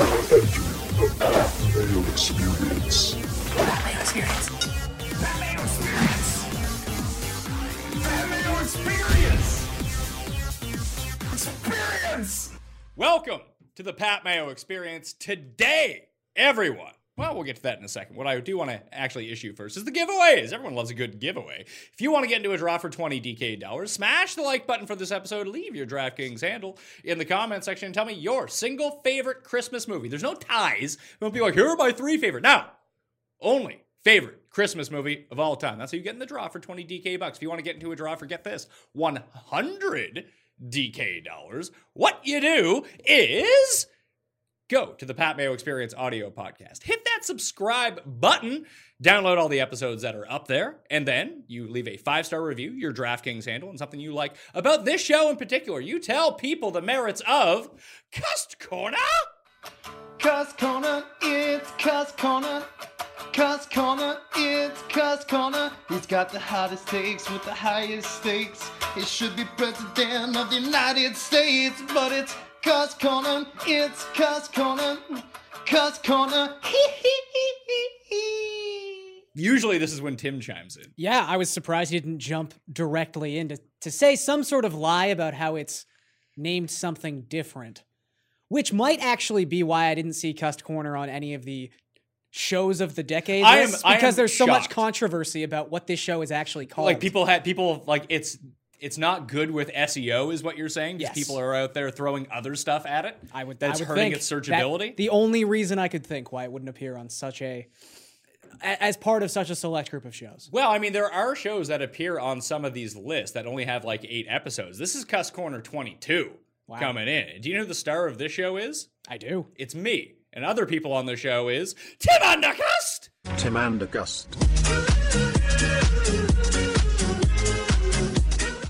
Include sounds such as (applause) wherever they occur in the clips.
Enter the Batmale experience. Batman experience. Batman experience. Batman experience. Experience. Welcome to the Pat Mayo Experience. Today, everyone. Well, we'll get to that in a second. What I do want to actually issue first is the giveaways. Everyone loves a good giveaway. If you want to get into a draw for 20 DK dollars, smash the like button for this episode, leave your DraftKings handle in the comment section, and tell me your single favorite Christmas movie. There's no ties. It won't be like, here are my three favorite. Now, only favorite Christmas movie of all time. That's how you get in the draw for 20 DK bucks. If you want to get into a draw for get this 100 DK dollars, what you do is go to the Pat Mayo Experience audio podcast. Hit that subscribe button, download all the episodes that are up there, and then you leave a five star review, your DraftKings handle, and something you like about this show in particular. You tell people the merits of Cust Corner. Cuss Corner, it's Cuss Corner. Cuss Corner, it's Cuss Corner. He's got the hottest takes with the highest stakes. He should be president of the United States, but it's Cuss Corner, it's Cuss Corner. Cuss Corner, (laughs) hee hee hee hee hee. Usually, this is when Tim chimes in. Yeah, I was surprised you didn't jump directly into to say some sort of lie about how it's named something different, which might actually be why I didn't see Cust Corner on any of the shows of the decade I am- lists, I am because there's so much shocked. controversy about what this show is actually called. Like people had people like it's it's not good with SEO is what you're saying because Yes. people are out there throwing other stuff at it. I would that's I would hurting think its that searchability. the only reason I could think why it wouldn't appear on such a a- as part of such a select group of shows. well, I mean, there are shows that appear on some of these lists that only have like eight episodes. This is Cuss Corner 22 Wow. coming in. Do you know who the star of this show is? I do. It's me. And other people on the show is Tim Undercust. Tim and August.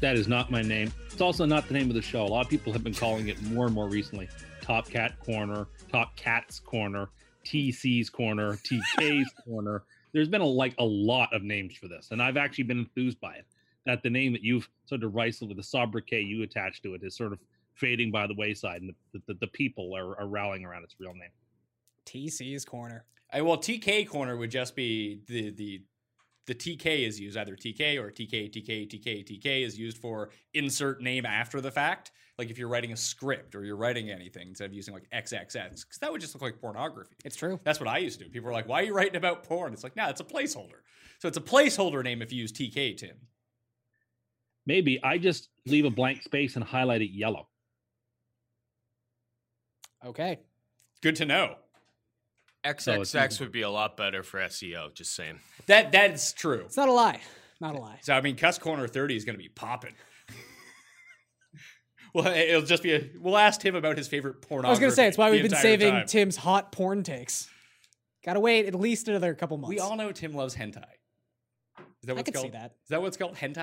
That is not my name. It's also not the name of the show. A lot of people have been calling it more and more recently. Top Cat Corner, Top Cats Corner, TC's Corner, TK's Corner. There's been a, like a lot of names for this, and I've actually been enthused by it. That the name that you've sort of wrestled with, the sobriquet you attach to it, is sort of fading by the wayside, and the, the, the people are, are rallying around its real name. TC's corner. I, well, TK Corner would just be the the the TK is used either TK or TK TK TK TK is used for insert name after the fact. Like if you're writing a script or you're writing anything instead of using like XXX because that would just look like pornography. It's true. That's what I used to do. People were like, "Why are you writing about porn?" It's like, "Nah, it's a placeholder." So it's a placeholder name if you use TK Tim. Maybe I just leave a blank space and highlight it yellow. Okay. Good to know. it's- XXX would be a lot better for SEO. Just saying. That that's true. It's not a lie. Not a lie. So I mean, Cuss Corner Thirty is going to be popping. (laughs) well, it'll just be a. We'll ask him about his favorite pornography. I was gonna say it's why the we've been entire saving time. Tim's hot porn takes. Gotta wait at least another couple months. We all know Tim loves hentai. Is that I what it's could see called? that. Is that what it's called? Hentai.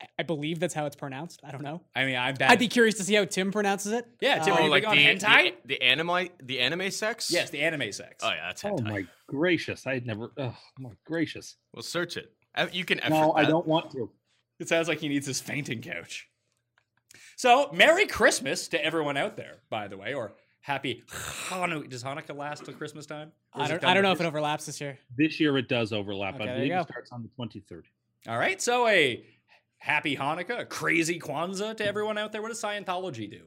I- I believe that's how it's pronounced. I don't know. I mean, I'm bad. I'd be curious to see how Tim pronounces it. yeah, Tim, Uh, are you like big on the, hentai? the the anime the anime sex. yes, the anime sex. Oh yeah, that's Oh hentai. my gracious! I had never. Oh my gracious! Well, search it. Eff- You can. Effort No, I that. don't want to. It sounds like he needs his fainting couch. So, Merry Christmas to everyone out there, by the way, or Happy Hanukkah. Does Hanukkah last till Christmas time? Or I does it don't. come I don't know with if it overlaps this year. This year it does overlap. Okay, there I you believe go. it starts on the 23rd. All right, so a happy Hanukkah, a crazy Kwanzaa to everyone out there. What does Scientology do?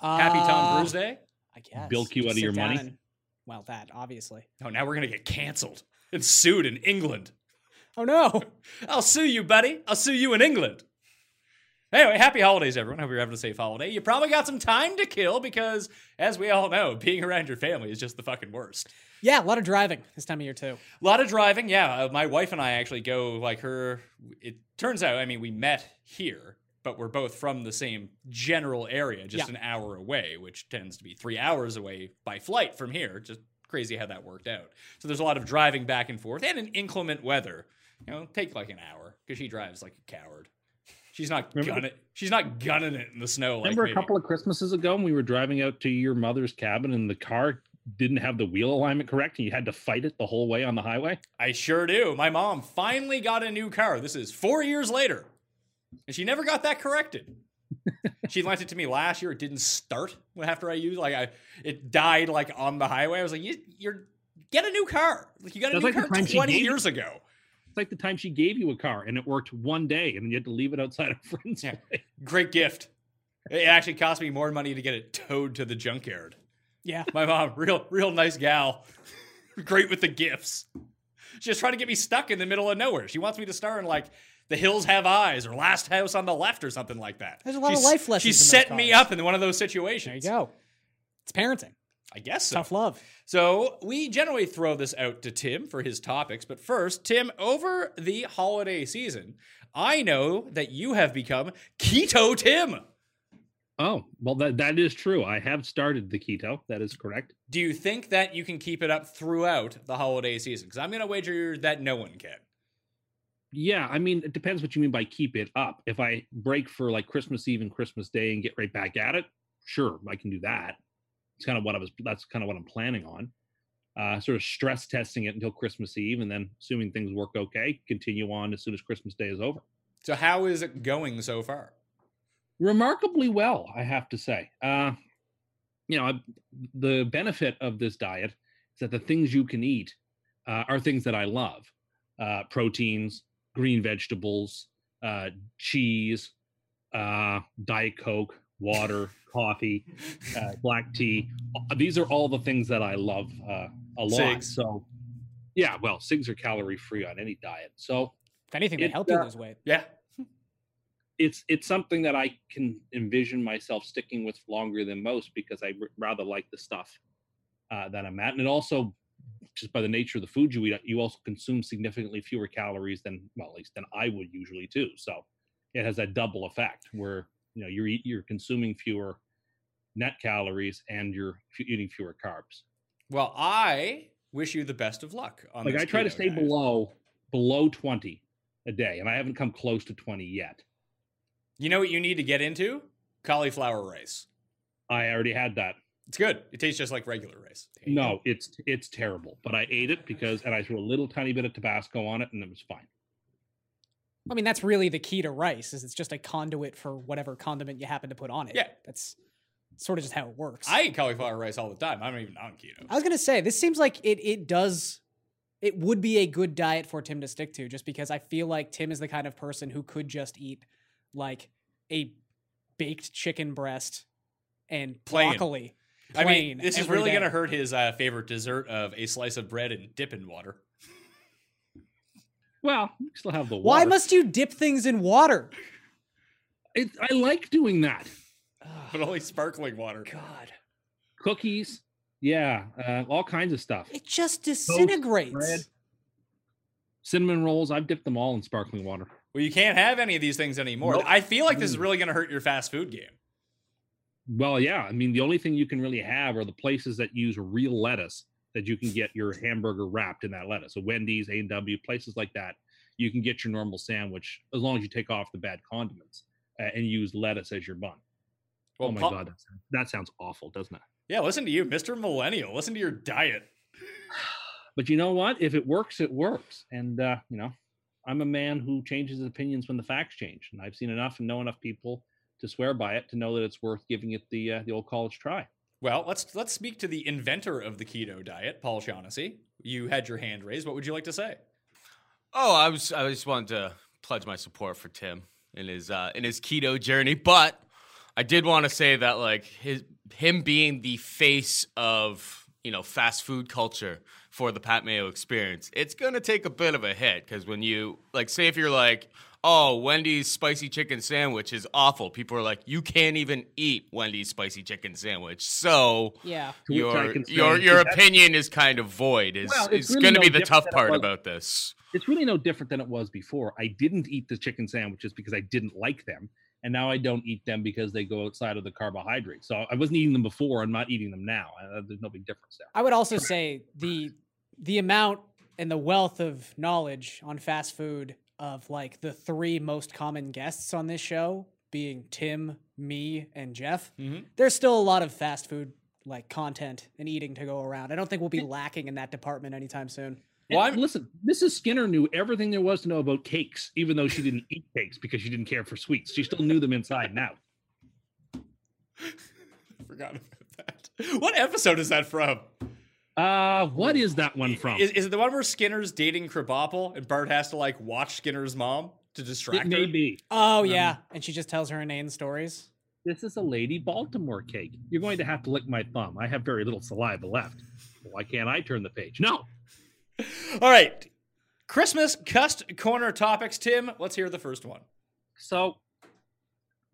Happy Tom Uh, Cruise Day? I guess. Bilk you Just out of sit your down money? and- well, that obviously. Oh, now we're gonna get canceled and sued in England. Oh no! (laughs) I'll sue you, buddy. I'll sue you in England. Anyway, happy holidays, everyone. Hope you're having a safe holiday. You probably got some time to kill because, as we all know, being around your family is just the fucking worst. Yeah, a lot of driving this time of year too. A lot of driving. Yeah, uh, my wife and I actually go like her. It turns out, I mean, we met here, but we're both from the same general area, just Yeah. an hour away, which tends to be three hours away by flight from here. Just crazy how that worked out. So there's a lot of driving back and forth, and in inclement weather, you know, take like an hour because she drives like a coward. She's not Remember- gunning. She's not gunning it in the snow. Like Remember me. a couple of Christmases ago when we were driving out to your mother's cabin and the car didn't have the wheel alignment correct and you had to fight it the whole way on the highway? I sure do. My mom (laughs) finally got a new car. This is four years later. And she never got that corrected. she lent it to me last year. It didn't start after I used like I it died like on the highway. I was like, you, you're get a new car. Like you got a That's new like the car time she twenty gave- years ago. It's like the time she gave you a car and it worked one day, and then you had to leave it outside a (laughs) friend's Yeah. place. Great gift. It actually cost me more money to get it towed to the junkyard. Yeah. My mom, real real nice gal. (laughs) Great with the gifts. She's just trying to get me stuck in the middle of nowhere. She wants me to star in like The Hills Have Eyes or Last House on the Left or something like that. There's a lot of She's- life lessons in She's those setting me cars. up in one of those There you situations. go. It's parenting. I guess so. Tough love. So we generally throw this out to Tim for his topics, but first, Tim, over the holiday season, I know that you have become Keto Tim. Oh, well, that, that is true. I have started the keto. That is correct. Do you think that you can keep it up throughout the holiday season? Because I'm going to wager that no one can. Yeah, I mean, it depends what you mean by keep it up. If I break for like Christmas Eve and Christmas Day and get right back at it, sure, I can do that. It's kind of what I was. That's kind of what I'm planning on. Uh, sort of stress testing it until Christmas Eve, and then assuming things work okay, continue on as soon as Christmas Day is over. So how is it going so far? remarkably well i have to say uh you know I, the benefit of this diet is that the things you can eat uh, are things that i love uh proteins green vegetables uh cheese uh diet coke water coffee uh, black tea these are all the things that i love uh a lot Cigs. so yeah well cigs are calorie free on any diet so If anything, they It, help you uh, lose weight. Yeah. it's it's something that I can envision myself sticking with longer than most because I r- rather like the stuff uh, that I'm at, and it also just by the nature of the food you eat, you also consume significantly fewer calories than well, at least than I would usually do. So it has that double effect where you know you're eat, you're consuming fewer net calories and you're f- eating fewer carbs. Well, I wish you the best of luck on Like this I try to keto stay diet. below below twenty a day, and I haven't come close to twenty yet. You know what you need to get into? Cauliflower rice. I already had that It's good. It tastes just like regular rice. No, it's it's terrible. But I ate it because, and I threw a little tiny bit of Tabasco on it, and it was fine. I mean, that's really the key to rice is it's just a conduit for whatever condiment you happen to put on it. Yeah. That's sort of just how it works. I eat cauliflower rice all the time. I'm not even on keto. I was gonna say this seems like it it does it would be a good diet for Tim to stick to just because I feel like Tim is the kind of person who could just eat like a baked chicken breast and Plain. broccoli. I mean, plain this is every really going to day. hurt his uh, favorite dessert of a slice of bread and dip in water. (laughs) Well, we still have the Why water. must you dip things in water? it, I like doing that? but only sparkling water. God. Cookies, yeah, uh, all kinds of stuff. It just disintegrates. Cinnamon rolls. I've dipped them all in sparkling water. Well, you can't have any of these things anymore. Nope. I feel like this is Mm. really going to hurt your fast food game. Well, yeah. I mean, the only thing you can really have are the places that use real lettuce that you can get your hamburger wrapped in that lettuce. So Wendy's, A and W, places like that. You can get your normal sandwich as long as you take off the bad condiments uh, and use lettuce as your bun. Well, oh my Paul- god, that sounds, that sounds awful, doesn't it? Yeah, listen to you, Mr. Millennial. Listen to your diet. But you know what? If it works, it works. And uh, you know, I'm a man who changes his opinions when the facts change, and I've seen enough and know enough people to swear by it to know that it's worth giving it the uh, the old college try. Well, let's let's speak to the inventor of the keto diet, Paul Shaughnessy. You had your hand raised. What would you like to say? Oh, I was I just wanted to pledge my support for Tim in his uh, in his keto journey, but I did want to say that like his him being the face of you know fast food culture for the Pat Mayo experience, it's gonna take a bit of a hit because when you like say if you're like oh Wendy's spicy chicken sandwich is awful, people are like you can't even eat Wendy's spicy chicken sandwich, so. Yeah. To which I Your, can say your your that- opinion is kind of void. Is Well, it's is really going to no be the different tough than it part was- about this. it's really no different than it was before. I didn't eat the chicken sandwiches because I didn't like them, and now I don't eat them because they go outside of the carbohydrate. So I wasn't eating them before. I'm not eating them now. Uh, there's no big difference there. I would also say the the amount and the wealth of knowledge on fast food of like the three most common guests on this show being Tim, me, and Jeff. Mhm. There's still a lot of fast food like content and eating to go around. I don't think we'll be lacking in that department anytime soon. And Well, I'm- listen, Mrs. Skinner knew everything there was to know about cakes, even though she didn't eat cakes because she didn't care for sweets. She still knew them inside and out. Forgotten about that. What episode is that from? Uh, what is that one from? Is, is it the one where Skinner's dating Krabappel and Bart has to like watch Skinner's mom to distract it may her? be. Oh yeah, and she just tells her inane stories. This is a Lady Baltimore cake. You're going to have to lick my thumb. I have very little saliva left. Why can't I turn the page? No. All right. Christmas cust corner topics, Tim. Let's hear the first one. So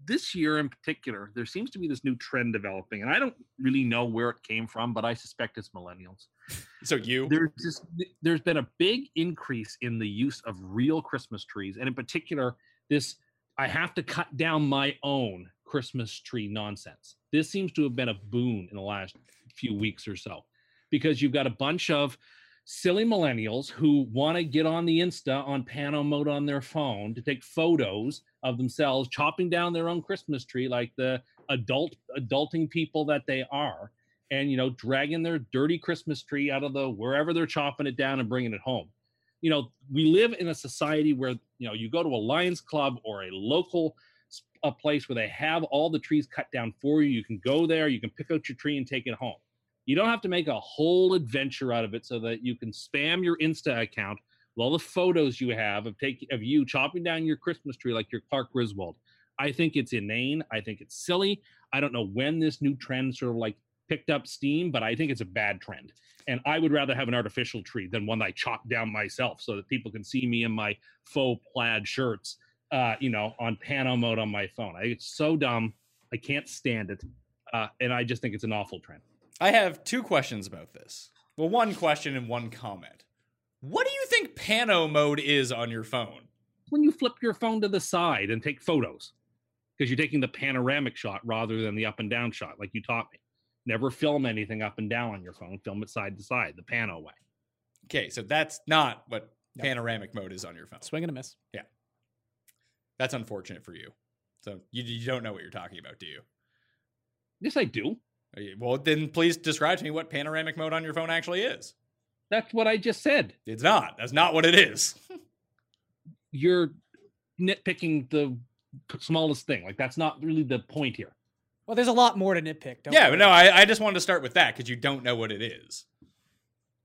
this year in particular, there seems to be this new trend developing, and I don't really know where it came from, but I suspect it's millennials. So you There's just there's been a big increase in the use of real Christmas trees, and in particular, this I have to cut down my own Christmas tree nonsense. This seems to have been a boon in the last few weeks or so, because you've got a bunch of silly millennials who want to get on the Insta on pano mode on their phone to take photos of themselves chopping down their own Christmas tree, like the adult adulting people that they are and you know dragging their dirty christmas tree out of the wherever they're chopping it down and bringing it home you know we live in a society where you know you go to a lions club or a local s- a place where they have all the trees cut down for you you can go there you can pick out your tree and take it home you don't have to make a whole adventure out of it so that you can spam your insta account with all the photos you have of take of you chopping down your christmas tree like your clark griswold i think it's inane i think it's silly i don't know when this new trend sort of like picked up steam, but I think it's a bad trend. And I would rather have an artificial tree than one that I chop down myself so that people can see me in my faux plaid shirts, uh, you know, on pano mode on my phone. I, it's so dumb. I can't stand it. Uh, and I just think it's an awful trend. I have two questions about this. Well, one question and one comment. What do you think pano mode is on your phone? When you flip your phone to the side and take photos, because you're taking the panoramic shot rather than the up and down shot, like you taught me. Never film anything up and down on your phone. Film it side to side, the pano way. Okay, so that's not what panoramic mode is on your phone. Swing and a miss. That's unfortunate for you. So you, you don't know what you're talking about, do you? Yes, I do. Uh, Well, then please describe to me what panoramic mode on your phone actually is. That's what I just said. It's not. That's not what it is. you're nitpicking the smallest thing. Like that's not really the point here. Well, there's a lot more to nitpick. Don't yeah, worry. but no, I, I just wanted to start with that because you don't know what it is.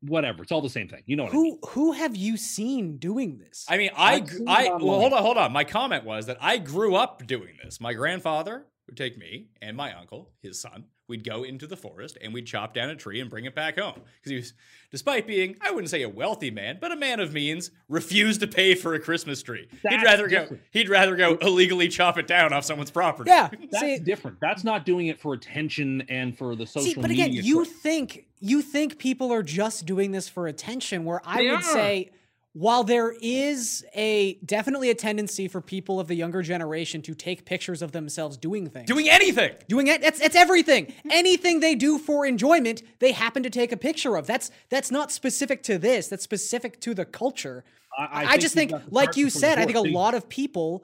Whatever, it's all the same thing. You know what I mean? Who who have you seen doing this? I mean, I, I've gr- seen it I, well, online. hold on, hold on. My comment was that I grew up doing this. My grandfather would take me and my uncle, his son. We'd go into the forest and we'd chop down a tree and bring it back home because he was, despite being, I wouldn't say a wealthy man, but a man of means, refused to pay for a Christmas tree. he'd That's rather go, different. he'd rather go illegally chop it down off someone's property. yeah. That's see- different. That's not doing it for attention and for the social See, but media. again, you clip. think you think people are just doing this for attention. Where I They would are. say, while there is a definitely a tendency for people of the younger generation to take pictures of themselves doing (laughs) things, doing anything. doing it, that's that's everything. Mm-hmm. Anything they do for enjoyment, they happen to take a picture of. That's that's not specific to this. That's specific to the culture. I- I just think think, you've got to like start you before the said, I door. think a See- lot of people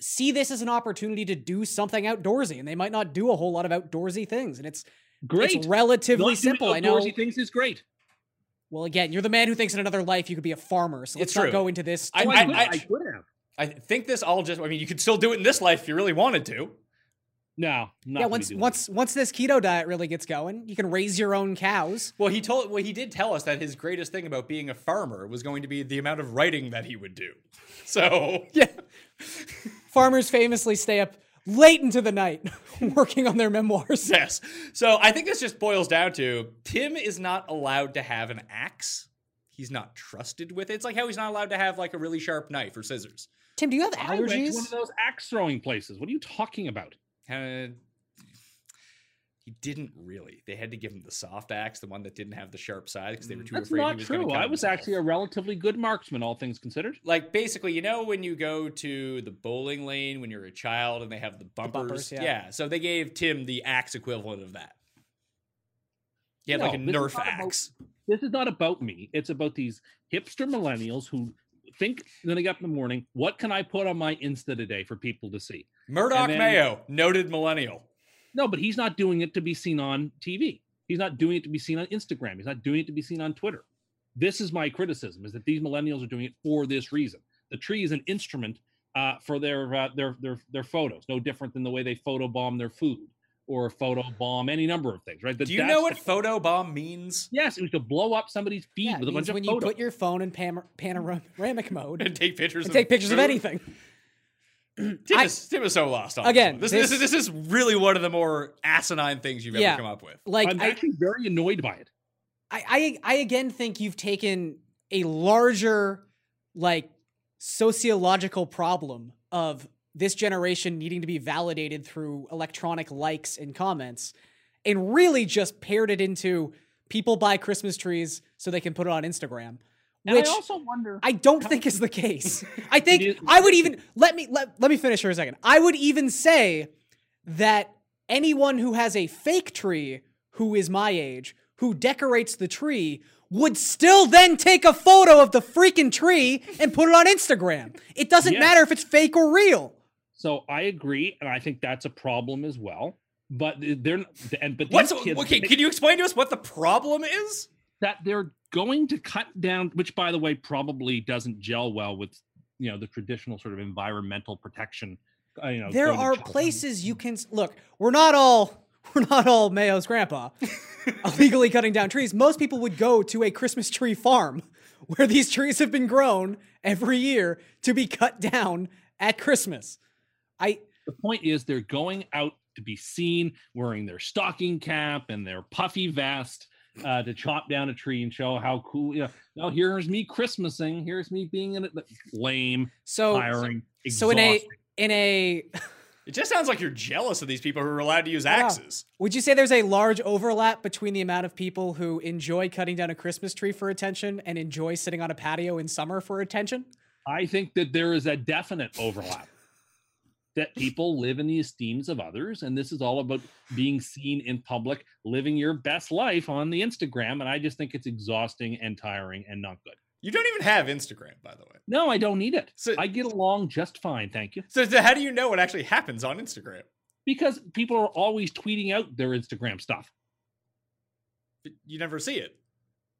see this as an opportunity to do something outdoorsy, and they might not do a whole lot of outdoorsy things, and it's great. it's relatively Not doing simple. I know. outdoorsy things is great. Well, again, you're the man who thinks in another life you could be a farmer, so let's It's not true. go into this. I- Oh, too much. I, could, I- I could have. I think this all just, I mean, you could still do it in this life if you really wanted to. No, not yeah, gonna once do that. once once this keto diet really gets going, you can raise your own cows. Well, he told, well, he did tell us that his greatest thing about being a farmer was going to be the amount of writing that he would do. (laughs) So Yeah. Farmers famously stay up late into the night (laughs) working on their memoirs. yes. So I think this just boils down to Tim is not allowed to have an axe. He's not trusted with it. It's like how he's not allowed to have like a really sharp knife or scissors. Tim, do you have I went to one of allergies? those axe throwing places. What are you talking about? Uh, he didn't really. They had to give him the soft axe, the one that didn't have the sharp side, because they were too Mm, That's afraid he not was going true. to I was actually a relatively good marksman, all things considered. like basically, you know, when you go to the bowling lane when you're a child and they have the bumpers. bumpers, yeah. So they gave Tim the axe equivalent of that. He had like a No, this is Nerf not about- axe. this is not about me. It's about these hipster millennials who think when they get up in the morning, what can I put on my Insta today for people to see? Murdoch then- Mayo, noted millennial. No, but he's not doing it to be seen on TV. He's not doing it to be seen on Instagram. He's not doing it to be seen on Twitter. This is my criticism: is that these millennials are doing it for this reason. The tree is an instrument uh, for their, uh, their their their photos, no different than the way they photobomb their food or a photo bomb, any number of things, right? That- Do you that's know the- what photobomb means? yes, it was to blow up somebody's feed Yeah, it with a bunch means of when you photos. put your phone in pam- panoramic mode (laughs) And take pictures. and take pictures of food? anything. Tim, I- is, Tim is so lost on Again, This, one. this, this- this, is, this is really one of the more asinine things you've Yeah. ever come up with. Like I'm I, actually very annoyed by it. I, I, I again think you've taken a larger, like, sociological problem of this generation needing to be validated through electronic likes and comments and really just paired it into people buy Christmas trees so they can put it on Instagram, And which I also wonder. I don't think is the (laughs) case. I think It is- I would even let me let, let me finish for a second. I would even say that anyone who has a fake tree who is my age who decorates the tree would still then take a photo of the freaking tree and put it on Instagram. It doesn't Yes. matter if it's fake or real. So I agree, and I think that's a problem as well. But they're not- and but these What's kids, okay? Can you explain to us what the problem is? that they're going to cut down, which by the way probably doesn't gel well with you know the traditional sort of environmental protection. Uh, you know, There going to are children. places you can s- look. We're not all (laughs) we're not all Mayo's grandpa illegally cutting down trees. Most people would go to a Christmas tree farm (laughs) where these trees have been grown every year to be cut down at Christmas. I The point is they're going out to be seen wearing their stocking cap and their puffy vest uh, to chop down a tree and show how cool. You know, now here's me Christmasing. Here's me being in it. Lame, so tiring, so in a in a (laughs) It just sounds like you're jealous of these people who are allowed to use axes. would you say there's a large overlap between the amount of people who enjoy cutting down a Christmas tree for attention and enjoy sitting on a patio in summer for attention? I think that there is a definite (laughs) overlap. That people live in the esteems of others, and this is all about being seen in public, living your best life on the Instagram. And I just think it's exhausting and tiring and not good. You don't even have Instagram, by the way. No, I don't need it. So- I get along just fine, thank you. So, so how do you know what actually happens on Instagram? Because people are always tweeting out their Instagram stuff. You never see it.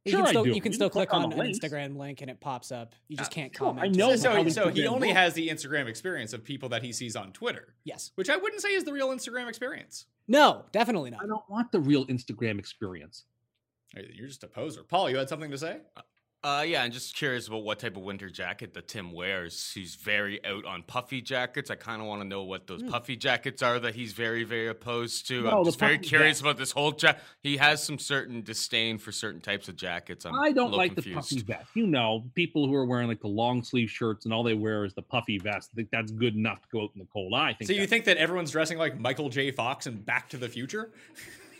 You Sure can I still, do. You can You still can click click on, on the an links. Instagram link and it pops up. You just can't sure, I comment. know. So, Oh, how so, they so do he that. only has the Instagram experience of people that he sees on Twitter, Yes. which I wouldn't say is the real Instagram experience. No, definitely not. I don't want the real Instagram experience. Hey, You're just a poser. Paul, you had something to say? Uh, yeah, I'm just curious about what type of winter jacket that Tim wears. He's very out on puffy jackets. I kind of want to know what those puffy jackets are that he's very, very opposed to. No, I'm Hmm. the just very puffy curious vest. about this whole jacket. He has some certain disdain for certain types of jackets. I'm I a don't little like confused. the puffy vest. You know, people who are wearing like the long sleeve shirts and all they wear is the puffy vest. I think that's good enough to go out in the cold. I think. So you that's- think that everyone's dressing like Michael J. Fox and Back to the Future?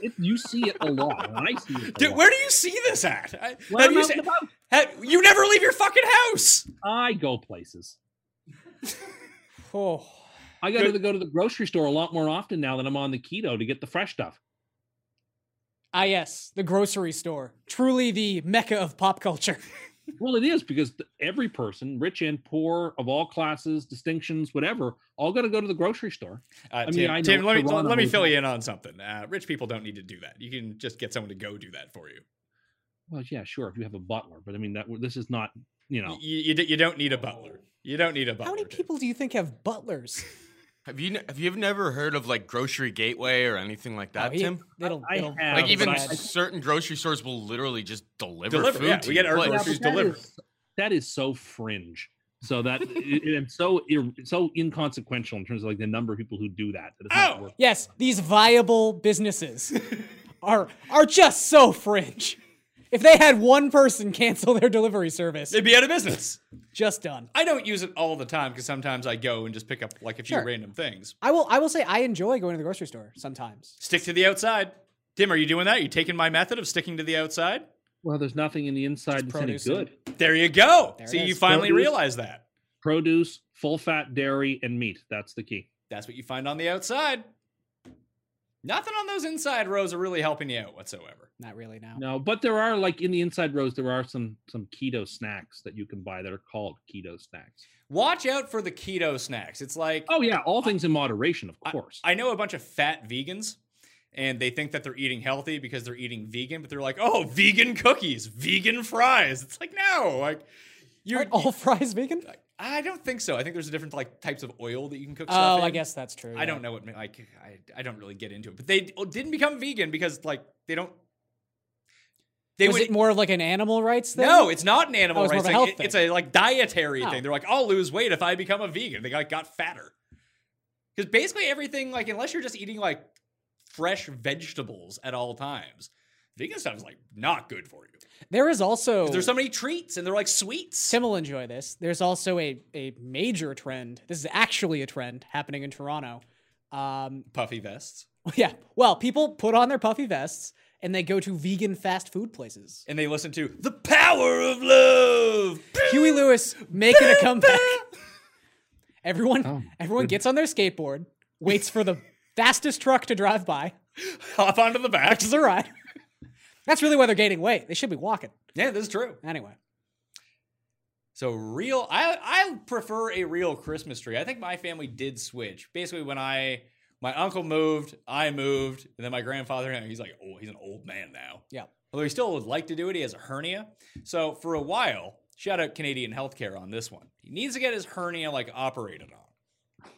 it, you see it a lot. and I see it. A Dude, lot. where do you see this at? I, When have I'm you, out se- and about, have- you never leave your fucking house. I go places. Oh, I got to go to the grocery store a lot more often now that I'm on the keto to get the fresh stuff. ah, yes, the grocery store, truly the mecca of pop (laughs) culture. Well, it is because th- every person, rich and poor, of all classes, distinctions, whatever, all got to go to the grocery store. Uh, mean, Tim, I know Tim, let me Toronto let me is- fill you in on something. Uh, rich people don't need to do that. You can just get someone to go do that for you. Well, yeah, sure, if you have a butler, but I mean that this is not, you know. You, you, d- you don't need a butler. You don't need a butler. How many Tim. people do you think have butlers? Have you ne- have you never heard of like Grocery Gateway or anything like that, Oh, he- Tim? It'll, I it'll- have, Like it'll even be but bad. I- certain grocery stores will literally just deliver, Deliver, food. yeah, to we your get our place. groceries but that delivered. is- that is so fringe. (laughs) So that it, it's so ir- so inconsequential in terms of like the number of people who do that. that it's not Oh! worth- Yes, these viable (laughs) businesses are are just so fringe. If they had one person cancel their delivery service, They'd be out of business. just done. I don't use it all the time because sometimes I go and just pick up like a few Sure. random things. I will I will say I enjoy going to the grocery store sometimes. Stick to the outside. Tim, are you doing that? You taking my method of sticking to the outside? Well, there's nothing in the inside that's any produce and- good. There you go. There it See, you is. finally Produce. realize that. Produce, full fat dairy, and meat. That's the key. That's what you find on the outside. Nothing on those inside rows are really helping you out whatsoever. Not really now. No, but there are like in the inside rows, there are some some keto snacks that you can buy that are called keto snacks. Watch out for the keto snacks. It's like Oh yeah, all things in moderation, of course. I know a bunch of fat vegans and they think that they're eating healthy because they're eating vegan, but they're like, oh, vegan cookies, vegan fries. It's like, no, like You're, Aren't all fries vegan? I don't think so. I think there's a different like types of oil that you can cook stuff Oh, in. I guess that's true. I don't know what like I, I don't really get into it, but they d- didn't become vegan because like they don't. They Was would it more of like an animal rights thing? no, it's not an animal Oh, it's more rights of a thing. health It- It's thing. a like dietary Oh. thing. They're like, I'll lose weight if I become a vegan. They like got fatter because basically everything like unless you're just eating like fresh vegetables at all times, vegan stuff is like not good for you. There is also 'Cause There's so many treats and they're like sweets. Oh. Tim will enjoy this. There's also a, a major trend. This is actually a trend happening in Toronto. (laughs) Um, Puffy vests. yeah. Well, people put on their puffy vests and they go to vegan fast food places. And they listen to The Power of Love. Huey Lewis making a comeback. Everyone, everyone gets on their skateboard, waits for the fastest truck to drive by, Hop onto the back. catches a ride. That's really why they're gaining weight. They should be walking. (laughs) Yeah, this is true. Anyway, So real, I I prefer a real Christmas tree. I think my family did switch. Basically, when I my uncle moved, I moved, and then my grandfather now he's like, oh, he's an old man now. yeah. Although he still would like to do it, he has a hernia. So for a while, shout out Canadian healthcare on this one. He needs to get his hernia like operated on,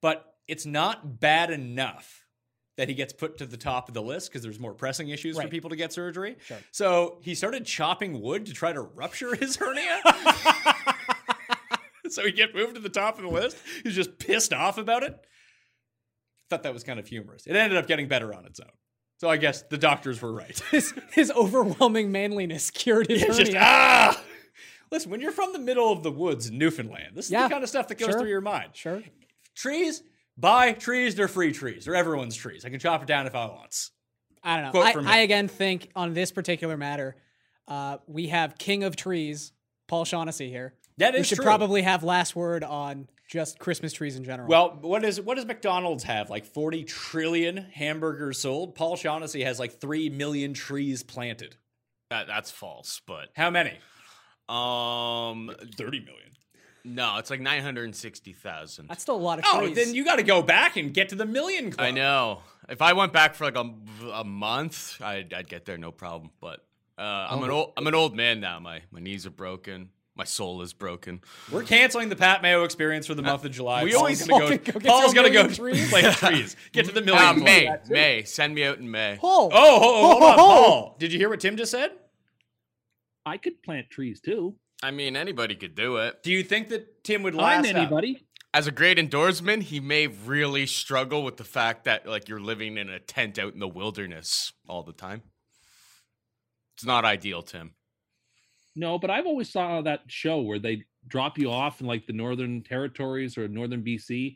but it's not bad enough that he gets put to the top of the list because there's more pressing issues for Right. people to get surgery. Sure. So he started chopping wood to try to rupture his hernia. (laughs) so he get moved to the top of the list. He was just pissed off about it. Thought that was kind of humorous. It ended up getting better on its own. So I guess the doctors were right. (laughs) His, his overwhelming manliness cured his It's hernia. just ah. Listen, when you're from the middle of the woods in Newfoundland, this is Yeah, the kind of stuff that goes sure. through your mind. sure. Trees, buy trees. They're free trees. They're everyone's trees. I can chop it down if I want. I don't know. Quote I, from I him. again think on this particular matter, uh, we have King of Trees, Paul Shaughnessy here. That we is should true. probably have last word on just Christmas trees in general. Well, what is what does McDonald's have? Like 40 trillion hamburgers sold. Paul Shaughnessy has like three million trees planted. That, that's false, but How many? um, 30 million. no, it's like nine hundred sixty thousand. that's still a lot of Oh, trees. then you got to go back and get to the million club. I know. If I went back for like a, a month, I'd, I'd get there no problem. But uh, I'm an old I'm an old man now. My my knees are broken. My soul is broken. We're canceling the Pat Mayo experience for the month of July. Uh, we always- gonna Paul go. can go (laughs) get Paul's to gonna a go (laughs) million trees. (laughs) plant trees. Get to the million. Uh, club. May May send me out in May. Paul, Oh, ho- hold on, (laughs) Ho, ho, ho. Paul. Did you hear what Tim just said? I could plant trees too. I mean, anybody could do it. Do you think that Tim would I'm last? out? anybody. As a great endorsement, he may really struggle with the fact that like you're living in a tent out in the wilderness all the time. It's not ideal, Tim. No, but I've always saw that show where they drop you off in like the northern territories or northern BC,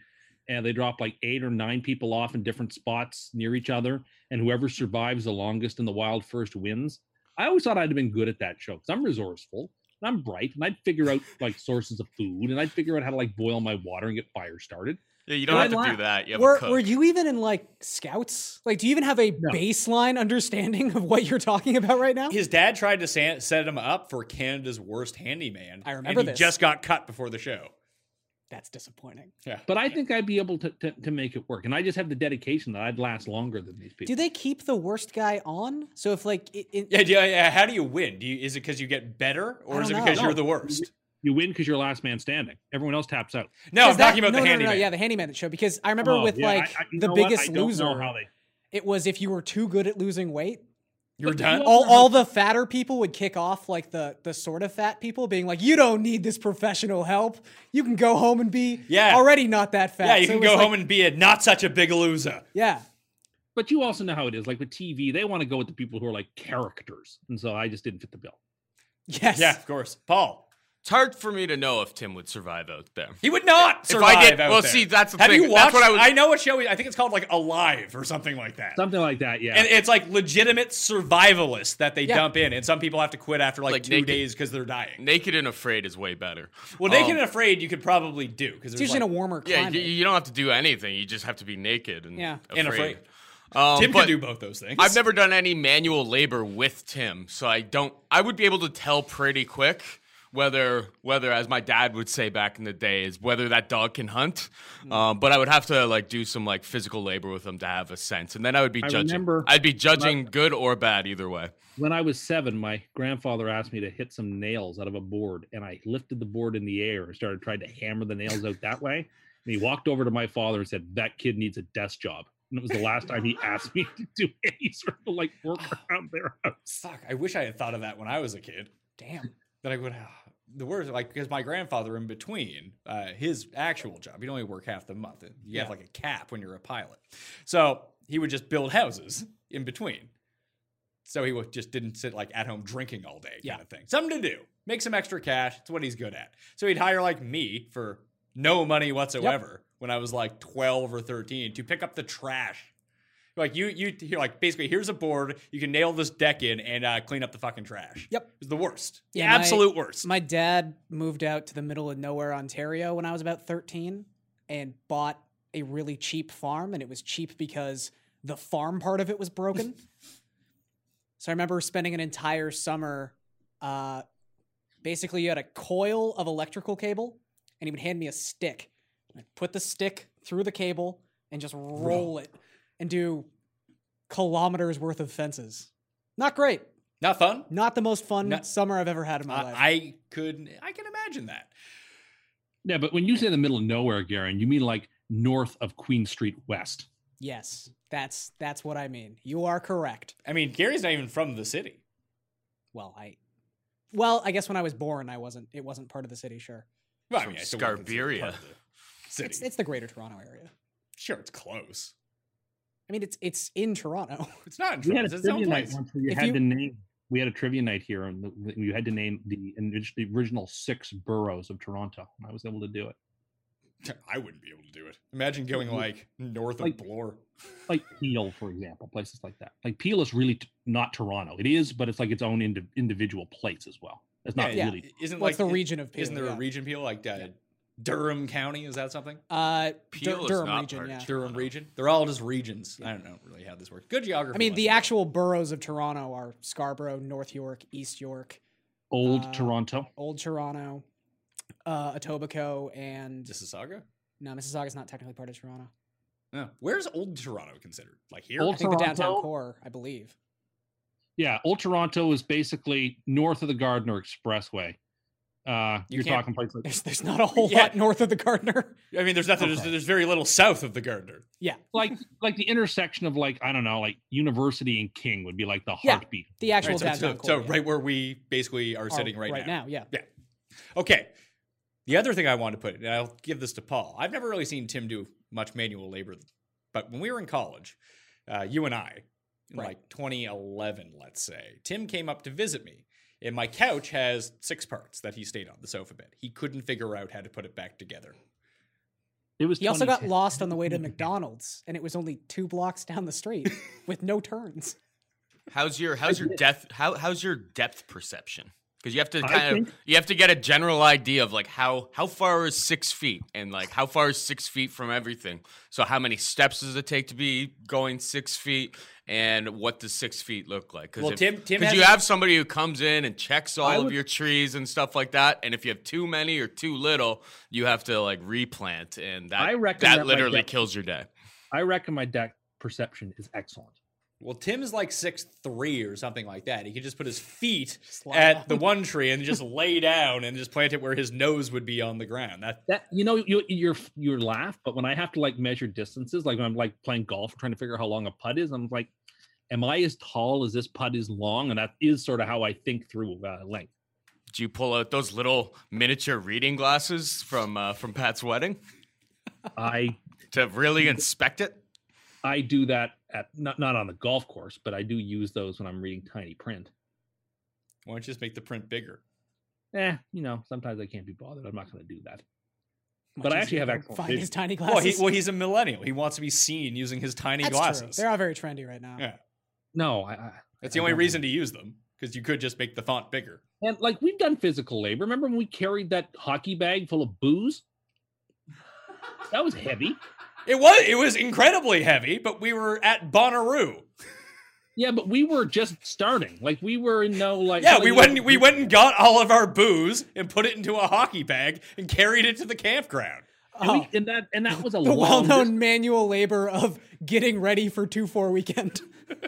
and they drop like eight or nine people off in different spots near each other, and whoever Mm-hmm. survives the longest in the wild first wins. I always thought I'd have been good at that show because I'm resourceful and I'm bright, and I'd figure out like sources of food, and I'd figure out how to like boil my water and get fire started. Yeah, you don't Why have to not? do that. You have were, a cook. were you even in like scouts? Like, do you even have a baseline understanding of what you're talking about right now? His dad tried to san- set him up for Canada's worst handyman. I remember and he this. just got cut before the show. That's disappointing. But I think I'd be able to, to to make it work, and I just have the dedication that I'd last longer than these people. Do they keep the worst guy on? So if like, it, it, Yeah, yeah, yeah. How do you win? Do you, is it because you get better, or is it don't know. because you're No. the worst? you win because you're last man standing. Everyone else taps out. No, I'm Because that- talking about the no, no, no, handyman. No, yeah, the handyman show. Because I remember Oh, with yeah, I- like I- you the know what? biggest I don't loser, Know how they, it was if you were too good at losing weight, You're But done. you all Remember- all the fatter people would kick off like the the sort of fat people being like, "You don't need this professional help. You can go home and be Yeah. already not that fat." yeah, you So can it was go like- home and be a not such a big loser. yeah, but you also know how it is. Like with TV, they want to go with the people who are like characters, and so I just didn't fit the bill. yes, Yeah, of course. Paul, It's hard for me to know if Tim would survive out there. he would not If survive. I did- out well, there. see, that's the Have thing. you watched? That's what I was- know what show. I think it's called like Alive or something like that. Something like that, yeah. and it's like legitimate survivalists that they Yeah. dump in, and some people have to quit after like, Like two naked- days because they're dying. Naked and afraid is way better. Well, Um, naked and afraid, you could probably do because It's usually in a warmer Yeah, climate. you, you don't have to do anything. You just have to be naked and Yeah. afraid. And afraid. Um, Tim but can do both those things. I've never done any manual labor with Tim, so I don't. I would be able to tell pretty quick whether whether as my dad would say back in the day is whether that dog can hunt. Hmm. Um, but I would have to like do some like physical labor with them to have a sense, and then I would be I judging. remember- I'd be judging good or bad either way. when I was seven, my grandfather asked me to hit some nails out of a board, and I lifted the board in the air and started trying to hammer the nails out that way. And he walked over to my father and said, "That kid needs a desk job." And it was the last (laughs) time he asked me to do any sort of like (sighs) work around their house. Fuck, I wish I had thought of that when I was a kid. Damn. That I would have. The worst, like, because my grandfather, in between uh, his actual job, he'd only work half the month. You have like a cap when you're a pilot. So he would just build houses in between. So he would- just didn't sit like at home drinking all day kind Yeah. of thing. Something to do. Make some extra cash. It's what he's good at. So he'd hire like me for no money whatsoever when I was like 12 or 13 to pick up the trash. Like you, you, you're like basically here's a board. You can nail this deck in and uh, clean up the fucking trash. Yep. It was the worst. The Yeah, my- absolute worst. My dad moved out to the middle of nowhere, Ontario, when I was about 13 and bought a really cheap farm. And it was cheap because the farm part of it was broken. (laughs) so I remember spending an entire summer. Uh, basically, you had a coil of electrical cable, and he would hand me a stick. I'd put the stick through the cable and just roll it and do kilometers worth of fences. Not great. Not fun. Not the most fun Not- summer I've ever had in my life. I, I could. I can imagine that. Yeah, but when you say the middle of nowhere, Garen, you mean like north of Queen Street West. Yes, that's that's what I mean. You are correct. I mean, Gary's not even from the city. Well, I well, I guess when I was born, I wasn't. It wasn't part of the city. Sure, Well, I From mean, I still wouldn't consider it part Scarberia. of the City. it's it's the Greater Toronto Area. sure, it's close. I mean, it's it's in Toronto. It's not in We had Toronto. a It's its own trivia night place. once where you If had you- to name. We had a trivia night here, and the- you had to name the, orig- the original six boroughs of Toronto. And I was able to do it. I wouldn't be able to do it. Imagine going like north of Like- Bloor. like Peel, for example, places like that. Like Peel is really t- not Toronto. It is, but it's like its own indi- individual place as well. It's not yeah. really. Isn't Well, (laughs) it's like the i- region of Peel, Isn't there a yeah. region Peel like uh, Durham County? Is that something? Uh, Dur- Peel is Durham not region. part Yeah. of Durham region. They're all just regions. I don't know really how this works. Good geography. I mean, the lesson. actual boroughs of Toronto are Scarborough, North York, East York, Old Uh, Toronto. Old Toronto, uh, Etobicoke, and Mississauga. no, Mississauga's not technically part of Toronto. No, where's Old Toronto considered? Like here? I Old- think the downtown Toronto? core, I believe. Yeah, Old Toronto is basically north of the Gardner Expressway. Uh, You you are can't- (laughs) talking places like, There's there's not a whole Yeah. lot north of the Gardner. (laughs) I mean, there's nothing. There's, Okay. there's very little south of the Gardner. like like the intersection of like I don't know, like University and King would be like the Yeah. heartbeat. The actual Right, so, downtown so- core. so yeah, right where we basically are are sitting right, now. now. Yeah. Okay. The other thing I want to put, and I'll give this to Paul. I've never really seen Tim do much manual labor, but when we were in college, uh, you and I, in Right. like 2011, let's say, Tim came up to visit me, and my couch has six parts that he stayed on the sofa bed. He couldn't figure out how to put it back together. It was. He also got 2010. lost on (laughs) the way to McDonald's, and it was only two blocks down the street with no turns. (laughs) How's your how's your depth how how's your depth perception? Because you have to I kind of think- you have to get a general idea of like how how far is six feet and like how far is six feet from everything. So how many steps does it take to be going six feet, and what does six feet look like? Because Well, Tim- Tim because you has- have somebody who comes in and checks all of would- your trees and stuff like that, and if you have too many or too little, you have to like replant, and that I reckon that, that, like, literally that- kills your day. I reckon my deck perception is excellent. Well, Tim's like six three or something like that. He could just put his feet Slide at down. the one tree and just lay down and just plant it where his nose would be on the ground. That that you know you you're you laugh but when i have to like measure distances like when i'm like playing golf trying to figure out how long a putt is i'm like am i as tall as this putt is long and that is sort of how i think through uh, length Do you pull out those little miniature reading glasses from uh, from Pat's wedding? i to really inspect it. i do that at not not on the golf course but i do use those when i'm reading tiny print why don't you just make the print (laughs) bigger? eh you know sometimes i can't be bothered i'm not going to do that Much But easier I actually have to excellent find vision. his tiny Well, he, glasses. well, he's a millennial. He wants to be seen using his tiny That's glasses. True. They're all very trendy right now. Yeah. no i, I That's I the only don't reason to use them because you could just make the font bigger. and like we've done physical labor remember when we carried that hockey bag full of booze that was heavy It was it was incredibly heavy, but we were at Bonnaroo. Yeah, but we were just starting. Like we were in no like. Yeah, we like, went and- we went and got all of our booze and put it into a hockey bag and carried it to the (laughs) campground. And, we- Oh, and that and that was a the long well-known dis- manual labor of getting ready for two (laughs) four weekend. (laughs)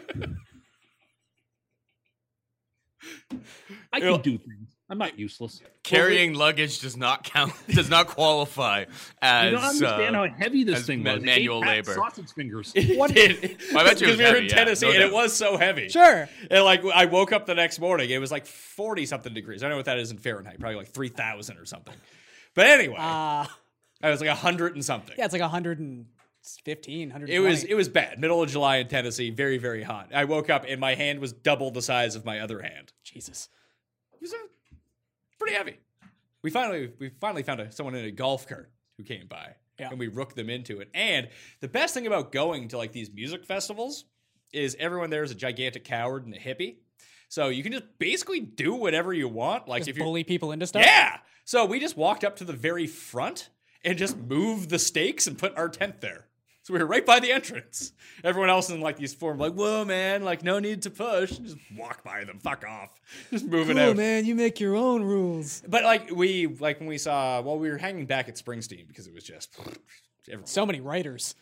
I It'll- can do things. I'm not useless. Carrying luggage does not count. (laughs) Does not qualify as. you don't understand uh, how heavy this as thing ma- was. It manual ate fat labor. Sausage fingers. (laughs) What I bet you it was because we were heavy, in yeah, Tennessee no and it doubt. was so heavy. Sure. And like I woke up the next morning, it was like forty something degrees. I don't know what that is in Fahrenheit, probably like three thousand or something. But anyway, Uh, I was like hundred and something. yeah, it's like 115, 120. It was it was bad. Middle of July in Tennessee, very very hot. I woke up and my hand was double the size of my other hand. Jesus. It was uh, pretty heavy. We finally we finally found a, someone in a golf cart who came by, Yeah. and we rooked them into it. And the best thing about going to like these music festivals is everyone there is a gigantic coward and a hippie, so you can just basically do whatever you want. Like Just if you bully people into stuff. yeah. So we just walked up to the very front and just moved the stakes and put our tent there. So we were right by the entrance. Everyone else in like these form like, whoa man, like no need to push. Just walk by them. Fuck off. Just moving out. man, you make your own rules. But like we like when we saw well, we were hanging back at Springsteen because it was just everyone. So many writers.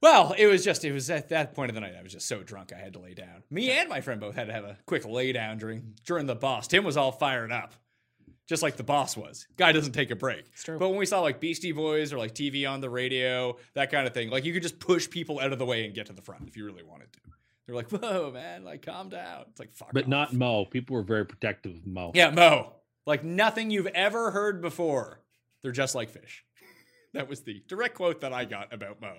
Well, it was just it was at that point of the night I was just so drunk I had to lay down. Me and my friend both had to have a quick lay down during during the boss. Tim was all fired up. Just like the boss was. Guy doesn't take a break. true. But when we saw like Beastie Boys or like TV on the radio, that kind of thing, like you could just push people out of the way and get to the front if you really wanted to. They're like, whoa, man, like calm down. It's like fuck. but off. not Mo. People were very protective of Mo. Yeah, Mo. Like nothing you've ever heard before. They're just like fish. That was the direct quote that I got about Mo.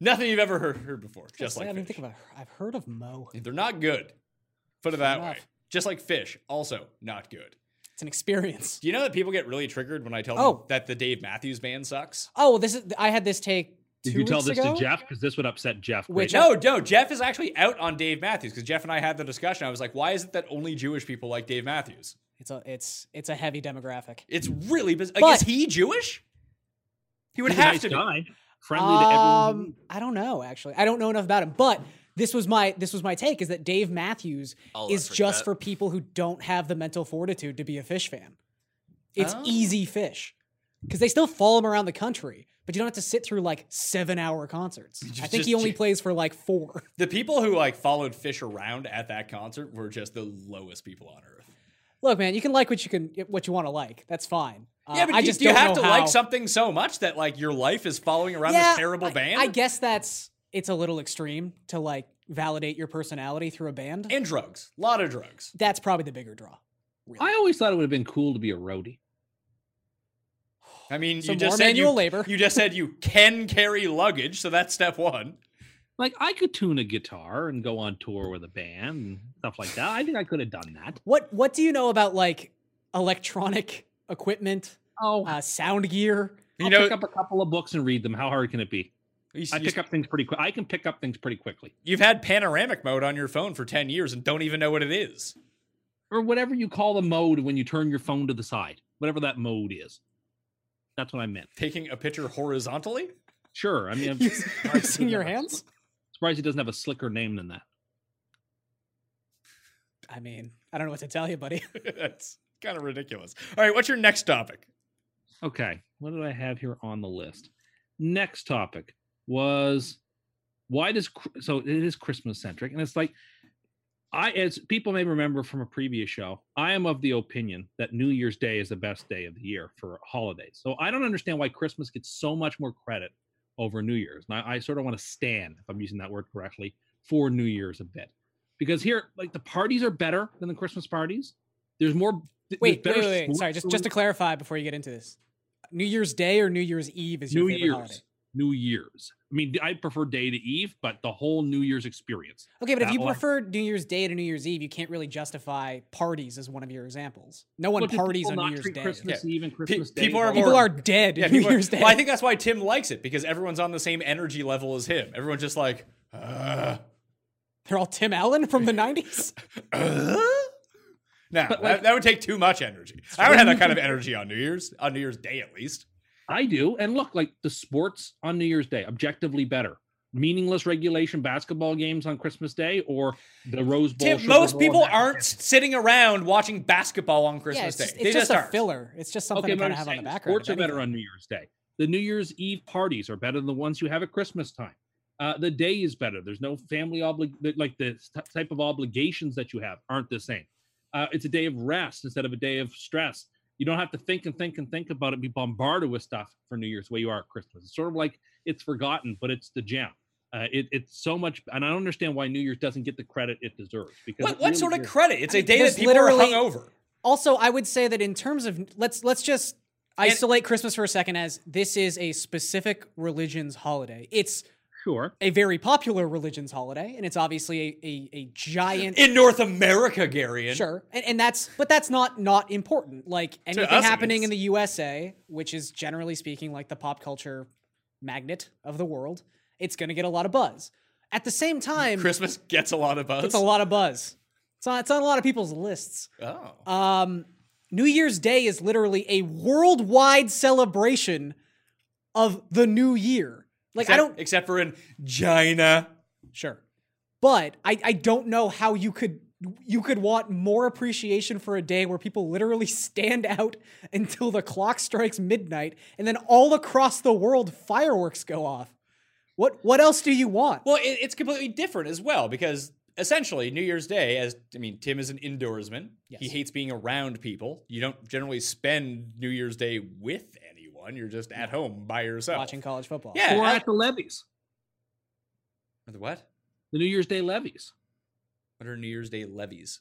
Nothing you've ever heard, heard before. Just I like didn't even fish. think about. her. I've heard of Mo. They're not good. Put it that way. enough. Just like fish, also not good. It's an experience. Do you know that people get really triggered when I tell them Oh. that the Dave Matthews band sucks? Oh, this is. I had this take. Did two you tell weeks this ago? to Jeff? Because this would upset Jeff. Which- greatly. No, no. Jeff is actually out on Dave Matthews because Jeff and I had the discussion. I was like, why is it that only Jewish people like Dave Matthews? It's a it's it's a heavy demographic. It's really biz- like, is But- he Jewish? He would He's a have nice to be. guy, friendly to everyone. Um, I don't know actually. I don't know enough about him, but this was my this was my take is that Dave Matthews I'll is effort just that. for people who don't have the mental fortitude to be a fish fan. It's Oh. easy fish because they still follow him around the country, but you don't have to sit through like seven hour concerts. I think he just- only plays for like four. (laughs) The people who like followed Fish around at that concert were just the lowest people on earth. Look, man, you can like what you can what you want to like. That's fine. Uh, yeah, but I you, just do you don't have to know how- like something so much that like your life is following around this terrible I- band I guess that's it's a little extreme to like validate your personality through a band. and drugs, a lot of drugs. that's probably the bigger draw. I always thought it would have been cool to be a roadie. I mean, So you just more said you, manual labor. you just said you can carry luggage, so that's step one. Like I could tune a guitar and go on tour with a band and stuff like that. I think I could have done that. What what do you know about like electronic equipment, Oh, uh, sound gear? (laughs) I'll know- pick up a couple of books and read them. How hard can it be? You, I pick up things pretty quick. I can pick up things pretty quickly, have had panoramic mode on your phone for ten years and don't even know what it is. or whatever you call the mode when you turn your phone to the side, whatever that mode is. That's what I meant. Taking a picture horizontally. (laughs) Sure. I (laughs) mean, I'm Using surprised he using your doesn't have a- hands? surprised he doesn't have a slicker name than that. I mean, I don't know what to tell you, buddy. that's kind of ridiculous. All right, what's your next topic? Okay. What did I have here on the list? Next topic was why does Chr- so it is Christmas centric and it's like I as people may remember from a previous show, I am of the opinion that New Year's Day is the best day of the year for holidays. So I don't understand why Christmas gets so much more credit over New Year's. And I, I sort of want to stand, if I'm using that word correctly, for New Year's a bit. Because here, like the parties are better than the Christmas parties. There's more there's Wait, wait, better wait, wait. food Sorry, just just food. to clarify before you get into this. New Year's Day or New Year's Eve is your New favorite Year's. holiday. New Year's. I mean, I prefer day to Eve, but the whole New Year's experience. Okay, but if That you one. prefer New Year's Day to New Year's Eve, you can't really justify parties as one of your examples. No one But do parties people on not New Year's treat Day. Christmas Eve and Pe- Christmas Day. people are People more- are dead (laughs) Yeah, New people are- Year's Day. Well, I think that's why Tim likes it because everyone's on the same energy level as him. Everyone's just like, uh, They're all Tim Allen from the 90s. uh? No, that, But, like- that would take too much energy. I don't have that kind of energy on New Year's, on New Year's Day at least. I do, and look, like the sports on New Year's Day, objectively better. meaningless regulation basketball games on Christmas Day or the Rose Bowl. Tim, Sugar most Bowl, people and that- aren't sitting around watching basketball on yeah, (laughs) Christmas it's Day. just, it's they just, just a aren't. filler. It's just something Okay, to but kind of I'm have on the saying background. sports if are better anything. on New Year's Day. The New Year's Eve parties are better than the ones you have at Christmas time. Uh, the day is better. There's no family oblig the- like the s- t- type of obligations that you have aren't the same. Uh, it's a day of rest instead of a day of stress. You don't have to think and think and think about it. Be bombarded with stuff for New Year's the way you are at Christmas. It's sort of like it's forgotten, but it's the gem. Uh, it, it's so much, and I don't understand why New Year's doesn't get the credit it deserves. Because What, it what really sort of is. credit? It's I a mean, day there's that people are literally- hungover. Also, I would say that in terms of let's let's just isolate Christmas for a second as this is a specific religion's holiday. It's sure? a very popular religion's holiday, and it's obviously a a, a giant In North America, Gary. Sure, and, and that's but that's not not important. Like anything us, it happening in is. the USA, which is generally speaking like the pop culture magnet of the world, it's going to get a lot of buzz. At the same time, Christmas gets a lot of us. it's a lot of buzz. It's on it's on a lot of people's lists. Oh. Um, New Year's Day is literally a worldwide celebration of the new year. Like except, I don't except for in China. Sure. But I, I don't know how you could you could want more appreciation for a day where people literally stand out (laughs) until the clock strikes midnight and then all across the world fireworks go off. What what else do you want? Well, it, it's completely different as well because essentially New Year's Day, as I mean, Tim is an indoorsman. He Yes. hates being around people. You don't generally spend New Year's Day with anyone. You're just at home by yourself. Watching college football. Yeah. Or I- at the levies, The what? the New Year's Day levies. What are New Year's Day levies?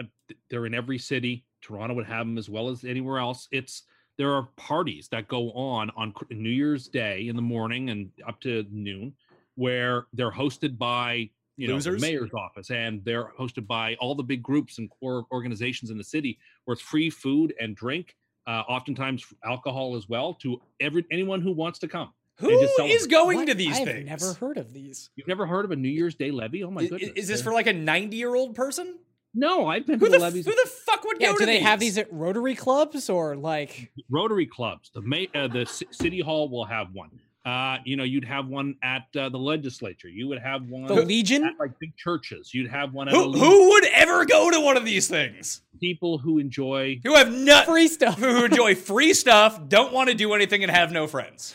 uh, th- they're in every city. Toronto would have them as well as anywhere else. It's there are parties that go on on Cr- New Year's Day in the morning and up to noon, where they're hosted by you know Losers? the mayor's office and they're hosted by all the big groups and core organizations in the city, where it's free food and drink, uh, oftentimes alcohol as well to every anyone who wants to come. Who just celebrate. is going What? to these I've things? never heard of these. You've never heard of a New Year's Day levy? Oh my I- i- goodness! Is, this they're- for like a 90 year old person? no? I've been Who to the the, f- who levies. the fuck would Yeah, go do to they have these at Rotary clubs or like Rotary clubs. The ma- uh, the ci- city hall will have one. Uh, you know, you'd have one at uh, the legislature. You would have one the (laughs) Legion? (laughs) at like big churches. You'd have one at Who, elite who would ever go to one of these things? people who enjoy. Who have nut Free stuff. (laughs) who enjoy free stuff, don't want to do anything, and have no friends.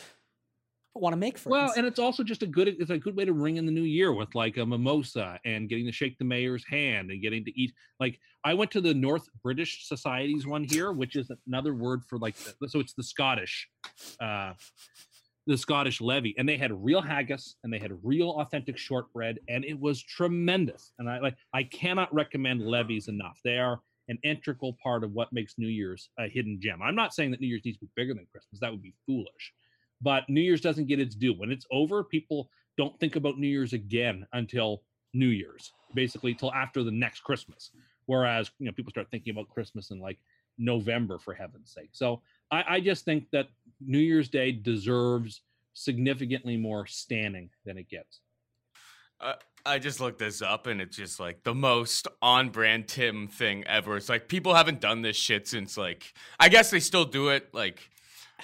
Want to make friends? Well, and it's also just a good it's a good way to ring in the new year with like a mimosa and getting to shake the mayor's hand and getting to eat. Like I went to the North British Society's one here, which is another word for like the, so it's the Scottish, uh, the Scottish levy, and they had real haggis and they had real authentic shortbread, and it was tremendous. And I like I cannot recommend levies enough. They are an integral part of what makes New Year's a hidden gem. I'm not saying that New Year's needs to be bigger than Christmas. That would be foolish but New Year's doesn't get its due. When it's over, people don't think about New Year's again until New Year's, basically till after the next Christmas. Whereas you know people start thinking about Christmas in like November for heaven's sake. So I, I just think that New Year's Day deserves significantly more standing than it gets. Uh, I just looked this up and it's just like the most on brand Tim thing ever. It's like people haven't done this shit since like I guess they still do it like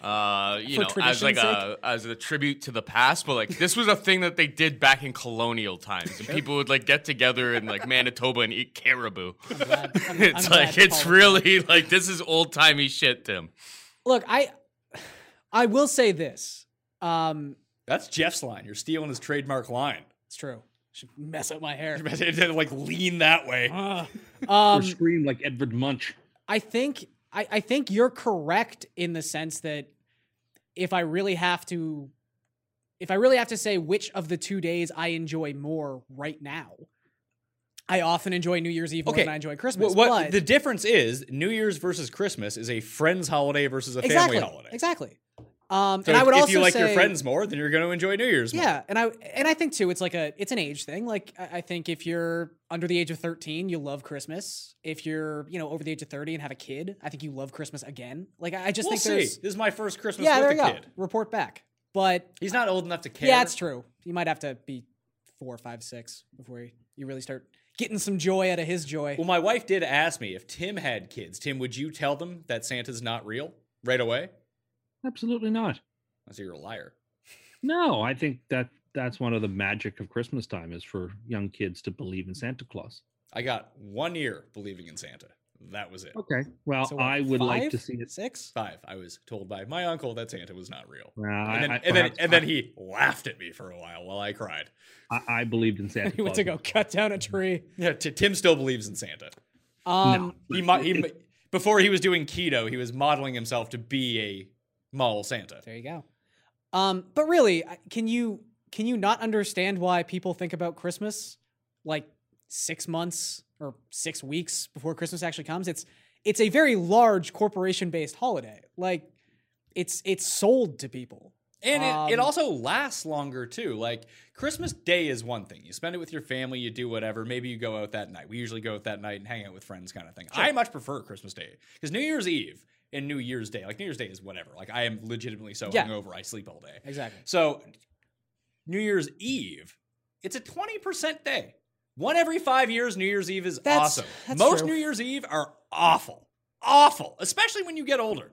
uh you For know as like tradition's a as a tribute to the past but like this was a thing that they did back in colonial times and people would like get together in like Manitoba and eat caribou. glad- (laughs) I'm- it's I'm like glad it's Paul- really like this is old-timey shit Tim. Look, I (sighs) I will say this. Um, That's Jeff's line. You're stealing his trademark line. (laughs) it's true. Should mess up my hair. You're meant to like lean that way. Or Um, scream like Edvard Munch. I think I, I think you're correct in the sense that if I really have to if I really have to say which of the two days I enjoy more right now, I often enjoy New Year's Eve more Okay. than I enjoy Christmas. What, what- but the difference is New Year's versus Christmas is a friends holiday versus a exactly, family holiday. Exactly. Um, So and I if- would if also you like your say- friends more, then you're going to enjoy New Year's more. Yeah, and I and I think too, it's like a it's an age thing. Like I I think if you're under the age of thirteen, you love Christmas. If you're you know over the age of thirty and have a kid, I think you love Christmas again. Like I I just we'll think see. there's This is my first Christmas yeah, there with you a go. kid. Report back, but He's not old enough to care. yeah, it's true. You might have to be four, five, six before you, you really start getting some joy out of his joy. Well, my wife did ask me if Tim had kids. Tim, would you tell them that Santa's not real right away? Absolutely not. I said, you're a liar. No, I think that that's one of the magic of Christmas time is for young kids to believe in Santa Claus. I got one year believing in Santa. That was it. Okay. Well, So, what, I would like to five? see it. Six? Five. I was told by my uncle that Santa was not real. Well, I- And then, I- and, then, perhaps and then he laughed at me for a while while I cried. I, I believed (laughs) in (laughs) Santa He went Claus. to go cut down a tree. Yeah, T- Tim still believes in Santa. Um, He, mo- he mo- before he was doing keto, he was modeling himself to be a model Santa. There you go. Um, but really, I- can you can you not understand why people think about Christmas like six months or six weeks before Christmas actually comes? It's it's a very large corporation based holiday. Like it's it's sold to people. And it, it Um, also lasts longer too. Like Christmas Day is one thing. You spend it with your family, you do whatever. Maybe you go out that night. We usually go out that night and hang out with friends kind of thing. I much prefer Christmas Day because New Year's Eve and New Year's Day, like New Year's Day is whatever. Like I am legitimately so Yeah. hungover, I sleep all day. Exactly. So New Year's Eve, it's a 20% day. One every five years, New Year's Eve is That's- awesome. that's Most true. New Year's Eve are awful. Awful. Especially when you get older.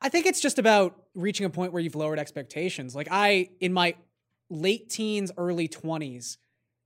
I think it's just about reaching a point where you've lowered expectations. Like I in my late teens, early twenties,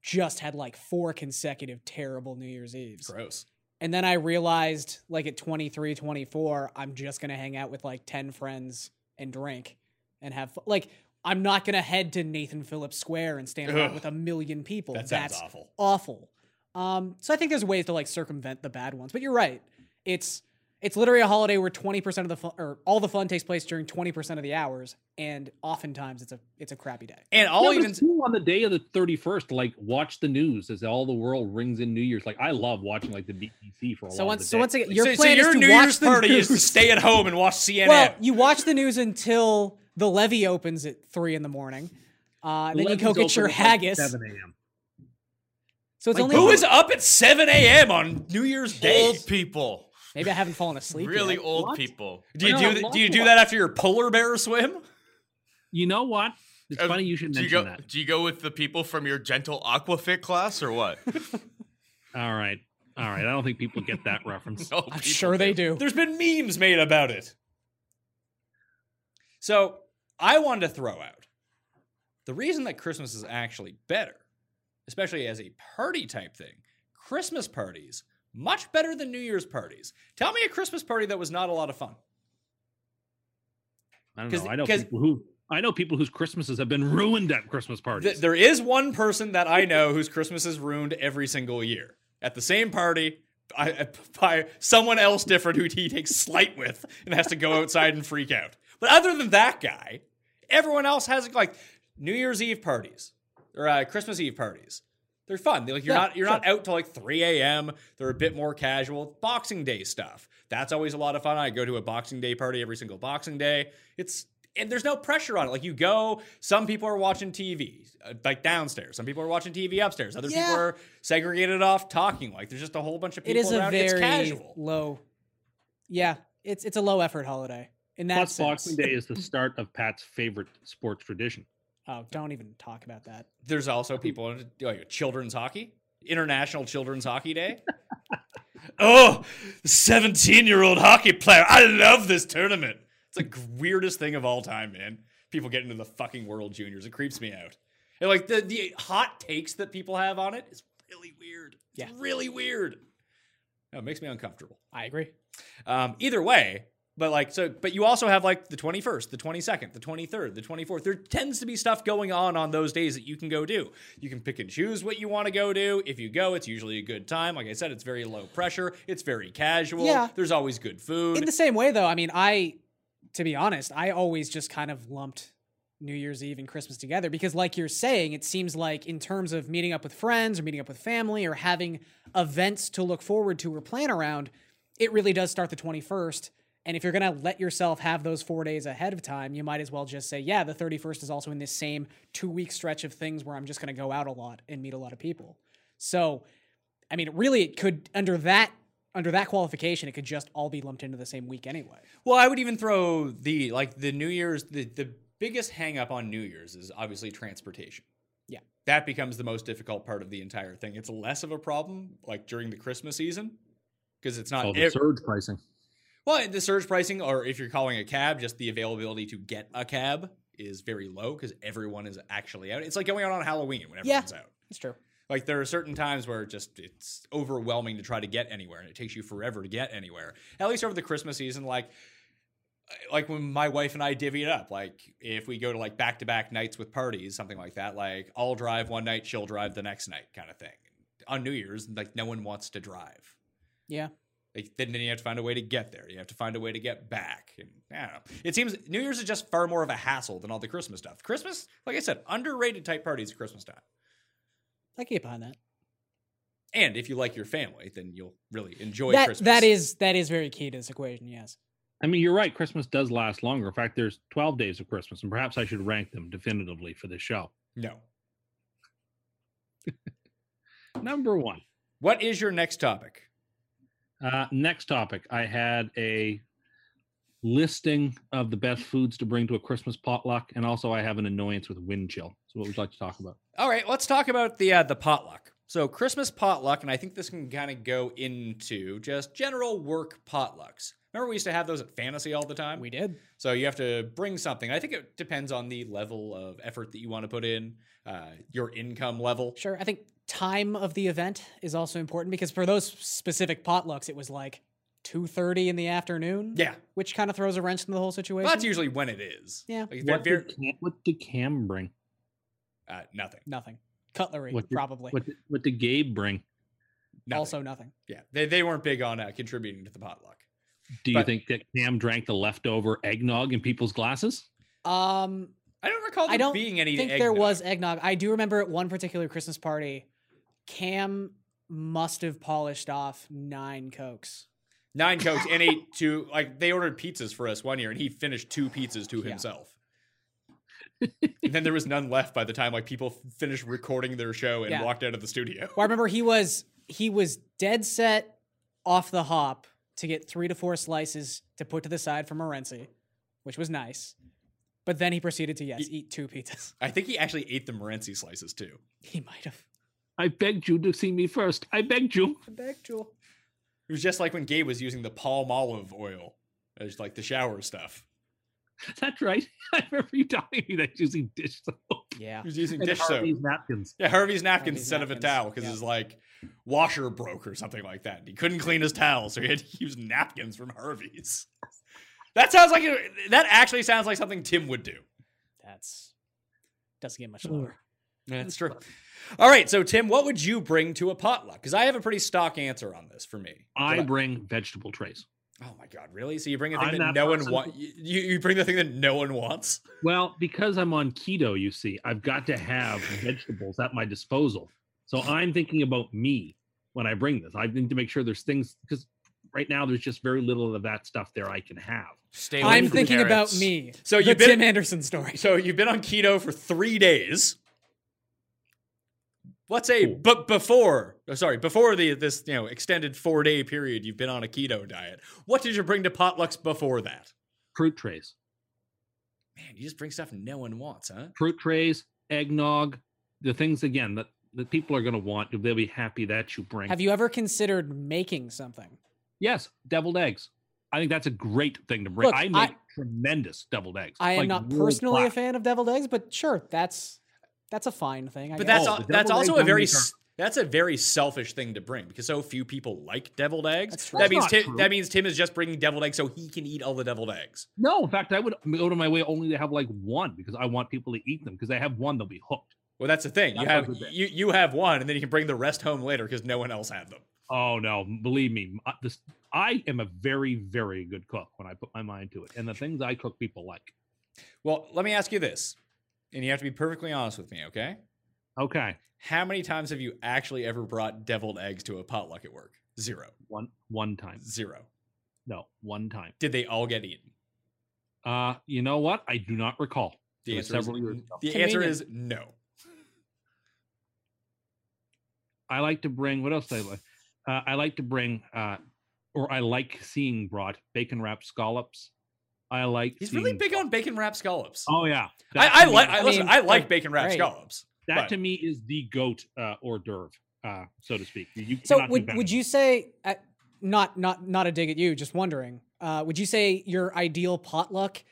just had like four consecutive terrible New Year's Eves. Gross. And then I realized, like at 23, 24, I'm just going to hang out with like 10 friends and drink and have, fu- like, I'm not going to head to Nathan Phillips Square and stand around Ugh. with a million people. That sounds That's awful. awful. Um, so I think there's ways to like circumvent the bad ones, but you're right. It's, it's literally a holiday where 20% of the fun, or all the fun takes place during 20% of the hours. And oftentimes it's a, it's a crappy day. And I'll No, but even it's cool on the day of the 31st, like watch the news as all the world rings in New Year's. Like I love watching like the BBC for a So lot once, of the so day. once again, your so, so plan your is to New watch Year's the party news. is to stay at home and watch CNN. Well, you watch the news until the levee opens at three in the morning. Uh, and then you Levy's go open get your at, like, haggis. 7 a.m. so it's Like, only Who is up at 7 a.m. on New Year's Day? Old people, (laughs) maybe I haven't fallen asleep. really yet. old What? people. Do you No, do th- long do you do one. that after your polar bear swim? You know what? It's Uh, funny you should Do you mention go? that. Do you go with the people from your gentle aquafit class or (laughs) what? All right. All right. I don't think people get that (laughs) reference. No, I'm Oh, people sure they do. There's been memes made about it. So I wanted to throw out the reason that Christmas is actually better, especially as a party type thing. Christmas parties much better than New Year's parties. Tell me a Christmas party that was not a lot of fun. I don't 'Cause- know. I know 'cause- people who I know people whose Christmases have been ruined at Christmas parties. Th- there is one person that I know whose Christmas is ruined every single year at the same party by, by someone else different who he takes slight with and has to go outside and freak out. But other than that guy, everyone else has like New Year's Eve parties or uh, Christmas Eve parties. They're fun. They're like you're Yeah, not you're not out till like 3 a.m. They're a bit more casual. Boxing Day stuff. That's always a lot of fun. I go to a Boxing Day party every single Boxing Day. It's and there's no pressure on it. Like you go, some people are watching TV, uh, like downstairs. Some people are watching TV upstairs. Other Yeah. people are segregated off talking. Like there's just a whole bunch of It people is a around. very it's casual. low. Yeah, it's it's a low effort holiday. In that Plus, sense. Boxing Day (laughs) is the start of Pat's favorite sports tradition. Oh, don't even talk about that. There's also people in like children's hockey, International Children's Hockey Day. oh, the 17 year old hockey player. I love this tournament. It's the g- weirdest thing of all time, man. People get into the fucking World Juniors. It creeps me out. And like the, the hot takes that people have on it is really weird. It's Yeah. really weird. No, it makes me uncomfortable. I agree. Um, either way, but like so, but you also have like the twenty first, the twenty second, the twenty third, the twenty fourth. There tends to be stuff going on on those days that you can go do. You can pick and choose what you want to go do. If you go, it's usually a good time. Like I said, it's very low pressure. It's very casual. Yeah. There's always good food. In the same way, though, I mean, I, to be honest, I always just kind of lumped New Year's Eve and Christmas together because, like you're saying, it seems like in terms of meeting up with friends or meeting up with family or having events to look forward to or plan around, it really does start the 21st. And if you're going to let yourself have those four days ahead of time, you might as well just say, yeah, the 31st is also in this same two week stretch of things where I'm just going to go out a lot and meet a lot of people. So, I mean, really, it could under that under that qualification, it could just all be lumped into the same week anyway. Well, I would even throw the like the New Year's the, the biggest hang up on New Year's is obviously transportation. Yeah. That becomes the most difficult part of the entire thing. It's less of a problem like during the Christmas season because it's not Called ev- Oh, surge pricing. well, the surge pricing or if you're calling a cab, just the availability to get a cab is very low because everyone is actually out. It's like going out on Halloween when Yeah. everyone's out. It's true. Like there are certain times where it just it's overwhelming to try to get anywhere, and it takes you forever to get anywhere. At least over the Christmas season, like uh, like when my wife and I divvy it up, like if we go to like back to back nights with parties, something like that, like I'll drive one night, she'll drive the next night, kind of thing. On New Year's, like no one wants to drive. Yeah. Like, then then you have to find a way to get there. You have to find a way to get back. And I don't know. It seems New Year's is just far more of a hassle than all the Christmas stuff. Christmas, like I said, underrated type parties at Christmas time. I can get behind that. And if you like your family, then you'll really enjoy that Christmas. that is that is very key to this equation. Yes. I mean, you're right. Christmas does last longer. In fact, there's 12 days of Christmas, and perhaps I should rank them definitively for this show. no. Number one. What is your next topic? Uh, next topic. I had a listing of the best foods to bring to a Christmas potluck, and also I have an annoyance with wind chill. So, what would you like to talk about? All right, let's talk about the uh, the potluck. So Christmas potluck, and I think this can kind of go into just general work potlucks. Remember, we used to have those at Fantasy all the time. We did. So you have to bring something. I think it depends on the level of effort that you want to put in, uh, your income level. Sure. I think time of the event is also important because for those specific potlucks, it was like two thirty in the afternoon. Yeah, Which kind of throws a wrench into the whole situation. well, that's usually when it is. Yeah. like if they're What very, did, Cam, what did Cam bring? uh, nothing. Nothing. Cutlery, What did- probably. What did, what did Gabe bring? nothing. Also nothing. yeah, they they weren't big on uh, contributing to the potluck. Do you But- think that Cam drank the leftover eggnog in people's glasses? Um I don't recall there I don't being any. I think there eggnog. was eggnog. I do remember at one particular Christmas party, Cam must have polished off nine cokes. (laughs) nine cokes and ate two. Like they ordered pizzas for us one year, and he finished two pizzas to Yeah. himself. and then there was none left by the time like people f- finished recording their show and Yeah. walked out of the studio. Well, I remember he was he was dead set off the hop to get three to four slices to put to the side for Morenci, which was nice. But then he proceeded to yes, eat two pizzas. (laughs) I think he actually ate the Morenci slices too. He might have. I begged you to see me first. I begged you. Come back, Jewel. It was just like when Gabe was using the palm olive oil as like the shower stuff. That's right. (laughs) I remember you telling me that using dish soap. Yeah. He was using and dish soap. Harvey's napkins. Yeah, Harvey's napkins Harvey's instead of a napkins, towel because yeah. his like washer broke or something like that. And he couldn't clean his towel, so he had to use napkins from Harvey's. (laughs) That sounds like a, that actually sounds like something Tim would do. That's doesn't get much lower. That's true. All right, so Tim, what would you bring to a potluck? Because I have a pretty stock answer on this for me. I What bring vegetable trays. oh my god, really? So you bring a thing I'm that that no one person. wants? You, you bring the thing that no one wants? Well, because I'm on keto, you see, I've got to have vegetables at my disposal. So I'm thinking about me when I bring this. I need to make sure there's things because right now there's just very little of that stuff there I can have. Stay away I'm from thinking about carrots. me. So the you've been- Tim Anderson story. So you've been on keto for three days. Let's say, but before, oh, sorry, before the this you know extended four day period you've been on a keto diet. What did you bring to potlucks before that? Fruit trays, Man, you just bring stuff no one wants, huh? fruit trays, eggnog, the things again that, that people are going to want. They'll be happy that you bring. Have you ever considered making something? Yes, deviled eggs. I think that's a great thing to bring. Look, I I- make tremendous deviled eggs. I am like not world personally a class. fan of deviled eggs, but sure, that's that's a fine thing. I But guess. that's Oh, al- the that's deviled also eggs a on very these are- s- that's a very selfish thing to bring because so few people like deviled eggs. That's true. that That's means not Tim, true. that means Tim is just bringing deviled eggs so he can eat all the deviled eggs. No, in fact, I would go to my way only to have like one because I want people to eat them because they have one, they'll be hooked. Well, that's the thing. You That's have not good. you, you have one, and then you can bring the rest home later because no one else had them. Oh no, believe me, I- this I am a very, very good cook when I put my mind to it, and the things I cook, people like. Well, let me ask you this, and you have to be perfectly honest with me, okay? Okay, How many times have you actually ever brought deviled eggs to a potluck at work? Zero. one one time, Zero. no, one time. Did they all get eaten? Uh, you know what? I do not recall. The It was answer is, several years ago. the answer Convenient. is no. I like to bring. What else? do I like. Uh, I like to bring, uh, or I like seeing brought bacon wrapped scallops. I like. He's really seeing- big on bacon wrap scallops. Oh yeah, That I, I to me- like. I, I listen, mean, I like they're bacon wrap great. scallops. that But- to me is the goat uh, hors d'oeuvre, uh, so to speak. You So cannot do would better. would you say uh, not not not a dig at you, just wondering. Uh, would you say your ideal potluck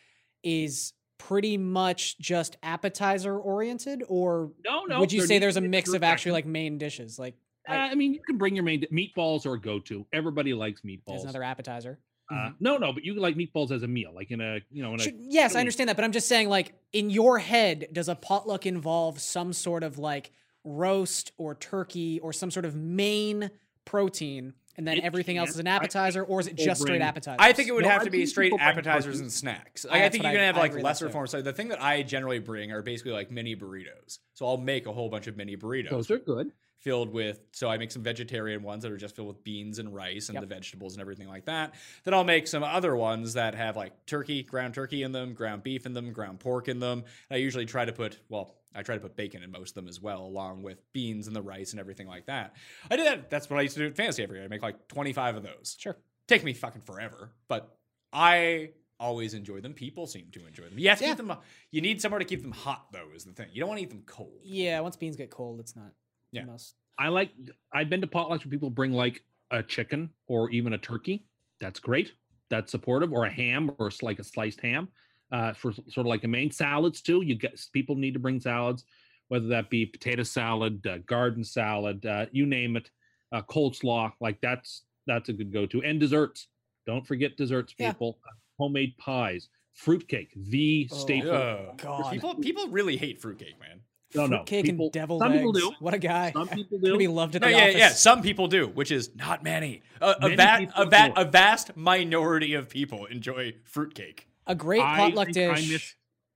is pretty much just appetizer oriented, or No, no. would you there say needs there's a to be mix of direction. actually like main dishes? Like Uh, I mean, you can bring your main di- meatballs or go-to. Everybody likes there's meatballs. another appetizer. Uh, no, no, but you like meatballs as a meal, like in a you know in a Should, yes, I really- understand that, but I'm just saying, like, in your head, does a potluck involve some sort of like roast or turkey or some sort of main protein, and then It everything else can. is an I think appetizer, or is it people just straight bring- I appetizers? I think it would No, have I to be think straight people bring appetizers protein. and snacks. Uh, Like, I that's think what you can I- have I like agree with that lesser too. forms. So the thing that I generally bring are basically like mini burritos. So I'll make a whole bunch of mini burritos Those are good. filled with. So I make some vegetarian ones that are just filled with beans and rice and Yep. the vegetables and everything like that. Then I'll make some other ones that have like turkey, ground turkey in them, ground beef in them, ground pork in them. And I usually try to put well. I try to put bacon in most of them as well, along with beans and the rice and everything like that. I did that. That's what I used to do at Fantasy every year. I make like 25 of those Sure. take me fucking forever, but I always enjoy them. People seem to enjoy them. You have to Yeah. keep them. You need somewhere to keep them hot, though, is the thing. You don't want to eat them cold. Yeah, once beans get cold, it's not the Yeah. most. I like. I've been to potlucks where people bring like a chicken or even a turkey. That's great. That's supportive, or a ham, or s- like a sliced ham, uh, for s- sort of like a main salads too. You get people need to bring salads, whether that be potato salad, uh, garden salad, uh, you name it, uh, coleslaw. Like that's that's a good go-to, and desserts. Don't forget desserts, Yeah. people. Homemade pies, fruitcake, the Oh, staple. Ugh. God. People, people really hate fruitcake, man. No, no, Fruitcake people- and deviled some eggs. people do. (laughs) What a guy. Some people Gonna be do. loved at No, the yeah, office. yeah. Some people do, which is not many. A, a, Many va- people a, va- don't. a vast minority of people enjoy fruitcake. A great I potluck think I dish.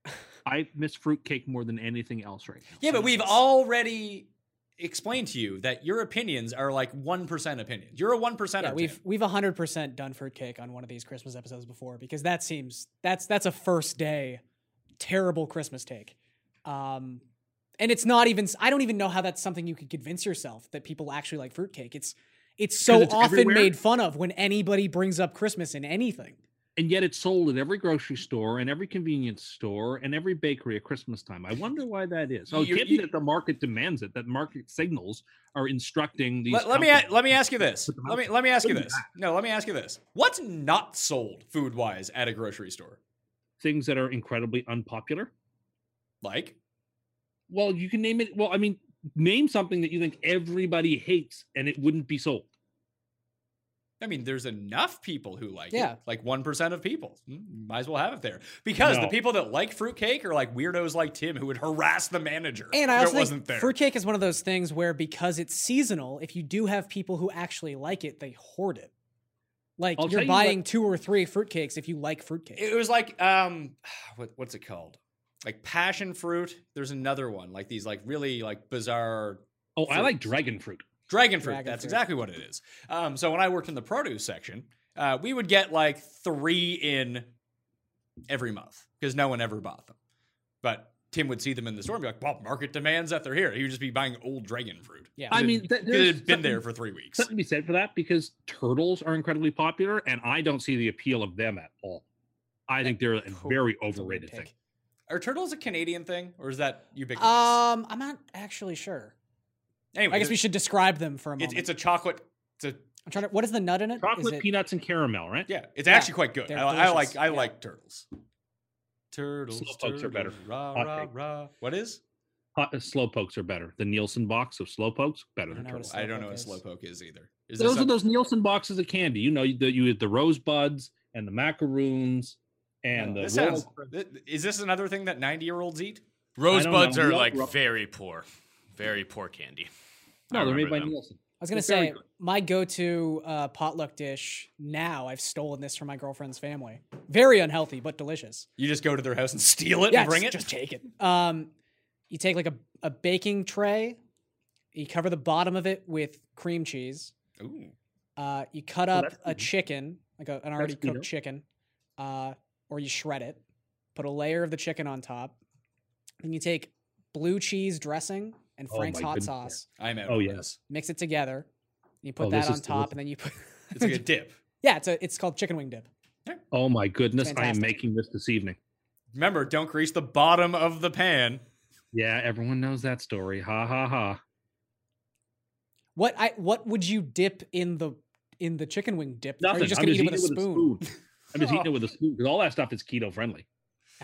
miss- I miss fruitcake more than anything else right now. Yeah, but we've already explained to you that your opinions are like one percent opinions. You're a one percent. yeah, we've we've hundred percent done fruitcake on one of these Christmas episodes before because that seems that's that's a first day terrible Christmas take, um, and it's not even I don't even know how that's something you could convince yourself that people actually like fruitcake. It's it's so 'Cause it's often everywhere. made fun of when anybody brings up Christmas in anything. and yet it's sold at every grocery store and every convenience store and every bakery at Christmas time. I wonder why that is. Oh, You- given you- that the market demands it, that market signals are instructing these. let, let me a- companies- let me ask you this. Put them Let out me there. let me ask you Put them this. No, let me ask you this. What's not sold food wise at a grocery store? things that are incredibly unpopular. Like Well, you can name it. Well, I mean, name something that you think everybody hates and it wouldn't be sold. I mean, there's enough people who like Yeah. it. Like one percent of people. Mm, Might as well have it there because the No. people that like fruitcake are like weirdos like Tim who would harass the manager. And I if also it wasn't think there. fruitcake is one of those things where because it's seasonal, if you do have people who actually like it, they hoard it. Like I'll tell you're you what- buying two or three fruitcakes if you like fruitcake. it was like um, (sighs) what, what's it called? Like passion fruit. There's another one like these like really like bizarre Oh, I like Fruits. dragon fruit. Dragon fruit. Dragon that's fruit. exactly what it is. Um, so when I worked in the produce section, uh, we would get like three in every month because no one ever bought them. But Tim would see them in the store and be like, "Well, market demands that they're here." He would just be buying old dragon fruit. Yeah. I 'Cause mean, it, th- 'cause there's it had been there something- for three weeks. Something to be said for that because turtles are incredibly popular, and I don't see the appeal of them at all. I think they're a Totally very different overrated take. thing. Are turtles a Canadian thing or is that ubiquitous? Um, I'm not actually sure. anyway, I guess we should describe them for a It's, moment. it's a chocolate. It's a, I'm trying to. What is the nut in it? Is Chocolate, it- peanuts, and caramel, right? yeah. It's Yeah, actually quite good. they're I, I delicious. like I Yeah. like turtles. Turtles, Slowpokes are better. turtles, Rah, Hot rah, take. rah. What is? Hot, uh, slow pokes are better. The Nielsen box of slow pokes better I than know what turtles. a I don't know Slowpoke what is. slowpoke is either. Is there Those are some- those Nielsen boxes of candy. You know, you- the, you had the rosebuds and the macaroons and the Oh, This royal sounds, th- is this another thing that 90 year olds eat? Rosebuds know. are Yup, like yup. very poor, very poor candy. I No, they're made remember by them. Nielsen. I was gonna They're very say good. my go-to uh, potluck dish now. I've stolen this from my girlfriend's family. Very unhealthy, but delicious. You just go to their house and (laughs) steal it Yeah, and bring just, it? Just take it. Um, you take like a a baking tray. You cover the bottom of it with cream cheese. Ooh. Uh, you cut Oh, up that's a good. chicken, like a, an already good. cooked chicken, uh, or you shred it, put a layer of the chicken on top. Then you take blue cheese dressing and Oh Frank's my hot goodness, yeah. sauce, I'm out. Oh, on yeah. this. mix it together. and You put Oh, that this on is top, and then you put. (laughs) It's like a dip. yeah, it's a, it's called chicken wing dip. Oh my goodness, I Fantastic. am making this this evening. Remember, don't grease the bottom of the pan. Yeah, everyone knows that story. Ha ha ha. What I what would you dip in the in the chicken wing dip? Are you just I'm gonna eat it eating with a spoon? spoon. I'm just eating it with a spoon because all that stuff is keto friendly.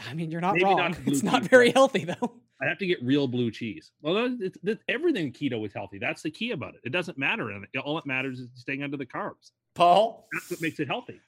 I mean, you're not Maybe wrong. (laughs) not the blue it's not cheese, very but- healthy though. I have to get real blue cheese. Well, no, it's, it's, everything keto is healthy. That's the key about it. It doesn't matter. And all that matters is staying under the carbs. Paul, That's what makes it healthy.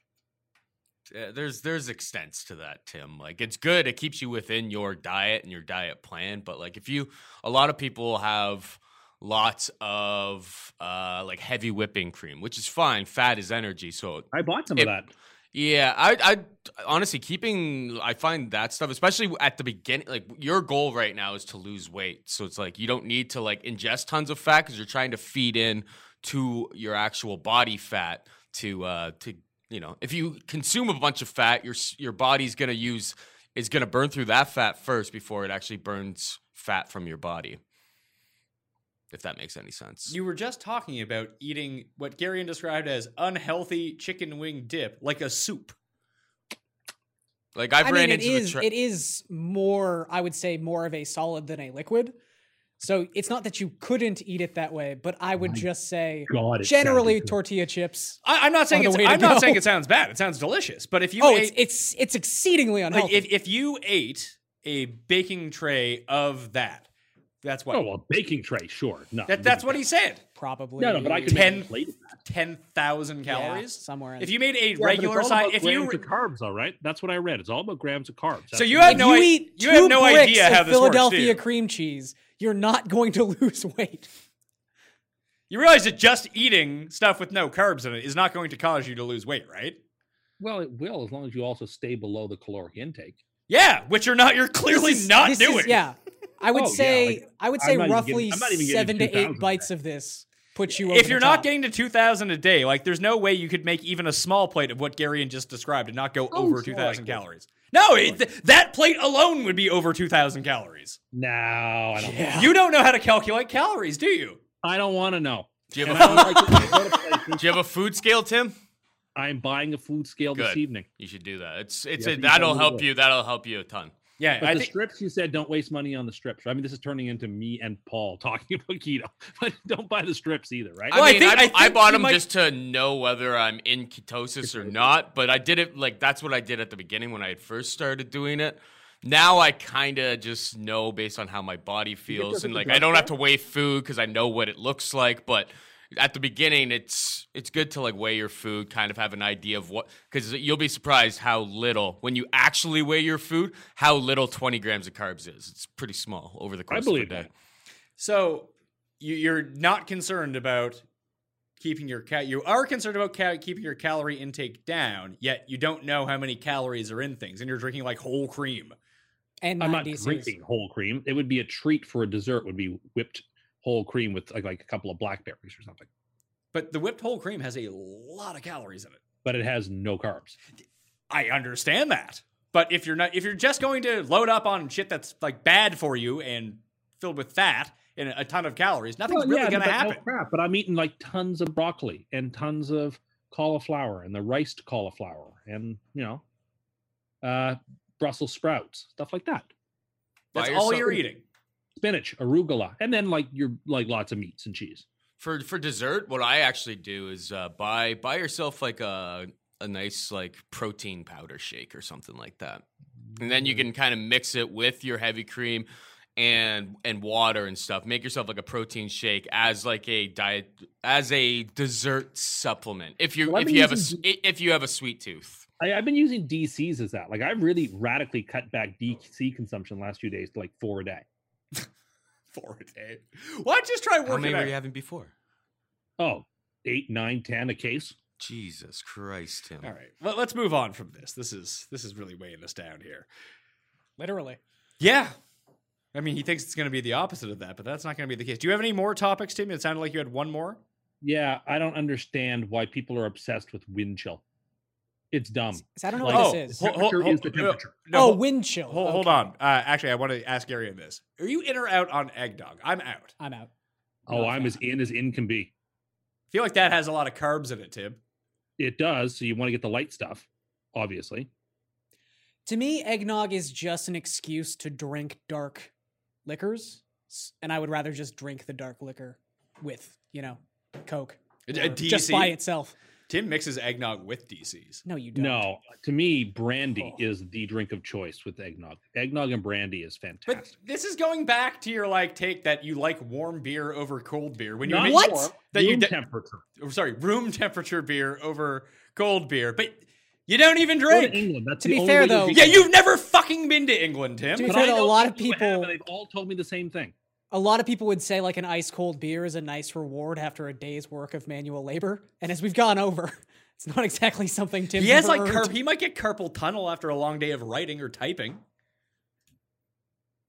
Uh, there's there's extents to that, Tim. Like it's good; it keeps you within your diet and your diet plan. But like if you, a lot of people have lots of uh like heavy whipping cream, which is fine. Fat is energy, so I bought some of It- that. yeah, I, I honestly keeping I find that stuff, especially at the beginning. Like your goal right now is to lose weight, so it's like you don't need to like ingest tons of fat because you're trying to feed in to your actual body fat to uh to you know if you consume a bunch of fat, your s- your body's gonna use is gonna burn through that fat first before it actually burns fat from your body. If that makes any sense. you were just talking about eating what Garion described as unhealthy chicken wing dip, like a soup. like I've I ran mean, it into is the tra- it is more, I would say, more of a solid than a liquid. So it's not that you couldn't eat it that way, but I would just say God, it generally sounded good. tortilla chips. I, I'm not saying the it's, way to I'm not saying go. it sounds bad. It sounds delicious, but if you Oh, ate, it's it's it's exceedingly like unhealthy. if, if you ate a baking tray of that, that's what Oh, well, baking tray, sure. No, that, that's what he said. probably. No, no, but I could Ten- make a plate of that. Ten thousand yeah, calories. somewhere. In. if you made a Yeah, but it's regular all size, about if you grams of carbs, all right. That's what I read. It's all about grams of carbs. so That's you what have If no you i- eat you two have no bricks idea how of this Philadelphia works. do you? cream cheese, you're not (laughs) going to lose weight. You realize that just eating stuff with no carbs in it is not going to cause you to lose weight, right? Well, it will as long as you also stay below the caloric intake. Yeah, which you're not. You're clearly This is- not this is- doing. yeah, I would Oh, yeah, say like, I would I'm say not even roughly getting- I'm not even getting seven to 2,000 eight of bites of this puts you. over If the you're not top. getting to 2,000 a day, like there's no way you could make even a small plate of what Garion just described and not go over sure, 2,000 I could. calories. No, it, th- that plate alone would be over 2,000 calories. No, I don't. You don't know how to calculate calories, do you? I don't want (laughs) to know. do, you And have I a don't food, like it when I go to places. do (laughs) you have a food scale, Tim? I'm buying a food scale this Good. evening. You should do that. It's it's Yeah, a, you that'll totally help will. you. That'll help you a ton. Yeah, But I the think strips, you said, don't waste money on the strips. I mean, this is turning into me and Paul talking (laughs) about keto. But don't buy the strips either, right? Well, I I mean, I, think- I I think bought you them might- just to know whether I'm in ketosis or Ketosis. not. But I did it like that's what I did at the beginning when I had first started doing it. Now I kind of just know based on how my body feels, yourself and at the like I drug don't have to store? weigh food because I know what it looks like. But at the beginning, it's it's good to like weigh your food, kind of have an idea of what because you'll be surprised how little when you actually weigh your food, how little twenty grams of carbs is. It's pretty small over the course believe of a day. that. so. You, you're not concerned about keeping your cat. You are concerned about ca- keeping your calorie intake down, yet you don't know how many calories are in things, and you're drinking like whole cream. and I'm nine not DCs. drinking whole cream. It would be a treat for a dessert. Would be whipped whole cream with like, like a couple of blackberries or something. But the whipped whole cream has a lot of calories in it. But it has no carbs. I understand that. But if you're not if you're just going to load up on shit that's like bad for you and filled with fat and a ton of calories, nothing's really yeah, gonna but- oh, happen. crap, but I'm eating like tons of broccoli and tons of cauliflower and the riced cauliflower and you know, uh, Brussels sprouts, stuff like that. Buy That's all yourself- you're (laughs) eating. Spinach, arugula, and then like your like lots of meats and cheese. for for dessert what i actually do is uh, buy buy yourself like a a nice like protein powder shake or something like that and then you can kind of mix it with your heavy cream and and water and stuff make yourself like a protein shake as like a diet as a dessert supplement if you Well, I've if been you have a s- using- i- if you have a sweet tooth I, I've been using DCs as that. Like I've really radically cut back DC consumption the last few days to like four a day. For a day. Why don't you just try how working many were out? you having before Oh, eight, nine, ten a case. jesus christ tim all right. Let, let's move on from this. This is this is really weighing us down here. Literally. Yeah. I mean, he thinks it's going to be the opposite of that, but that's not going to be the case. Do you have any more topics, Tim? It sounded like you had one more. Yeah, I don't understand why people are obsessed with wind chill. It's dumb. So I don't know Like- what oh, this is. hol- hol- Temperature hol- is the temperature. No, oh, hol- wind chill. hol- hold Okay. on. Uh, actually, I want to ask Gary on this. Are you in or out on eggnog? I'm out. I'm out. Oh, Not I'm fan. as in as in can be. I feel like that has a lot of carbs in it, Tim. It does. So you want to get the light stuff, obviously. To me, eggnog is just an excuse to drink dark liquors, s- and I would rather Uh, just drink the dark liquor with, you know, Coke. A- a or just by itself. uh, Tim mixes eggnog with DC's. No, you don't. No, to me, Oh. brandy is the drink of choice with eggnog. Eggnog and brandy is But fantastic. this is going back to your like take that you like warm beer over cold beer when you Not make- What? warm, That you room de- temperature. or, sorry room temperature beer over cold beer, but you don't even Go to drink. England. That's To the be only fair, way though- drink Yeah, it. you've never fucking been to England, To Tim. be But fair, I though, a know lot of who have, people- and they've all told me the same thing. A lot of people would say like an ice cold beer is a nice reward after a day's work of manual labor, and as we've gone over, (laughs) it's not exactly something Tim. He has like ever car- earned. he might get carpal tunnel after a long day of writing or typing.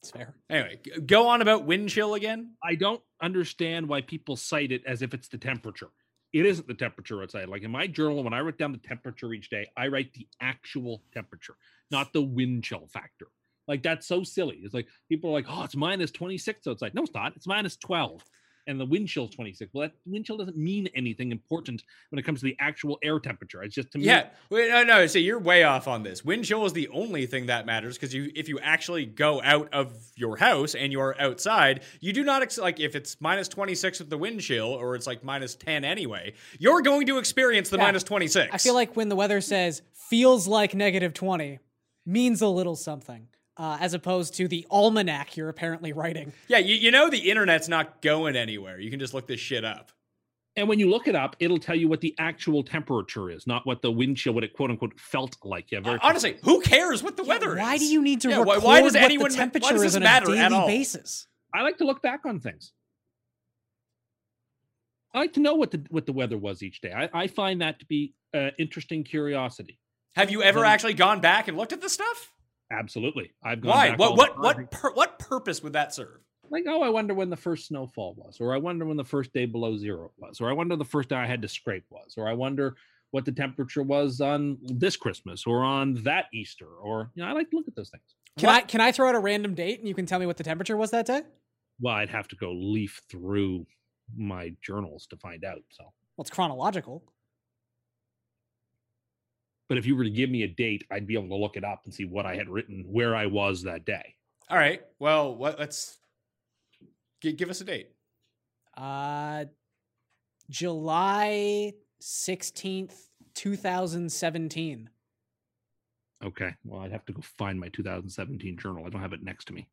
It's fair. Anyway, g- go on about wind chill again. I don't understand why people cite it as if it's the temperature. It isn't the temperature outside. Like in my journal, when I write down the temperature each day, I write the actual temperature, not the wind chill factor. Like that's so silly. It's like people are like, oh, it's minus 26 outside. No, it's not. It's minus 12. And the wind chill is 26. Well, that wind chill doesn't mean anything important when it comes to the actual air temperature. It's Mm-hmm. just to me. Yeah, wait, no, no. See, you're way off on this. Wind chill is the only thing that matters because you, if you actually go out of your house and you are outside, you do not ex- like if it's minus 26 with the wind chill or it's like minus 10 anyway. You're going to experience the Yeah. minus 26. I feel like when the weather says feels like negative 20 means a little something, uh, as opposed to the almanac you're apparently writing. yeah, you, you know the internet's not going anywhere. You can just look this shit up. And when you look it up, it'll tell you what the actual temperature is, not what the wind chill, what it quote unquote felt like. Yeah, very Uh, Honestly, who cares what the weather is? Why do you need to Yeah, why- record why does what anyone the ma- temperature why does is this on a matter daily at all? basis? I like to look back on things. I like to know what the what the weather was each day. I, I find that to be uh, interesting curiosity. Have you ever Then- actually gone back and looked at this stuff? Absolutely, I've gone. Why? back all What? the What? time. What? Pur- what purpose would that serve? Like, oh, I wonder when the first snowfall was, or I wonder when the first day below zero was, or I wonder the first day I had to scrape was, or I wonder what the temperature was on this Christmas or on that Easter, or you know, I like to look at those things. Can I can I throw out a random date and you can tell me what the temperature was that day? Well, Well, I'd have to go leaf through my journals to find out. So. it's chronological. But if you were to give me a date, I'd be able to look it up and see what I had written, where I was that day. All right. Well, what? Let's gi- give us a date. Uh, July sixteenth, two thousand seventeen. Okay. Well, I'd have to go find my 2017 journal. I don't have it next to me.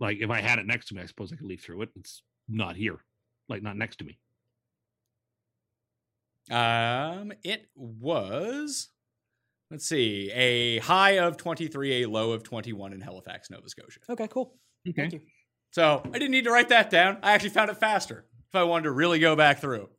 Like, if I had it next to me, I suppose I could leaf through it. It's not here, like, not next to me. Um, it was. Let's see, a high of 23, a low of 21 in Halifax, Nova Scotia. Okay, cool. Okay. Thank you. So I didn't need to write that down. I actually found it faster if I wanted to really go back through.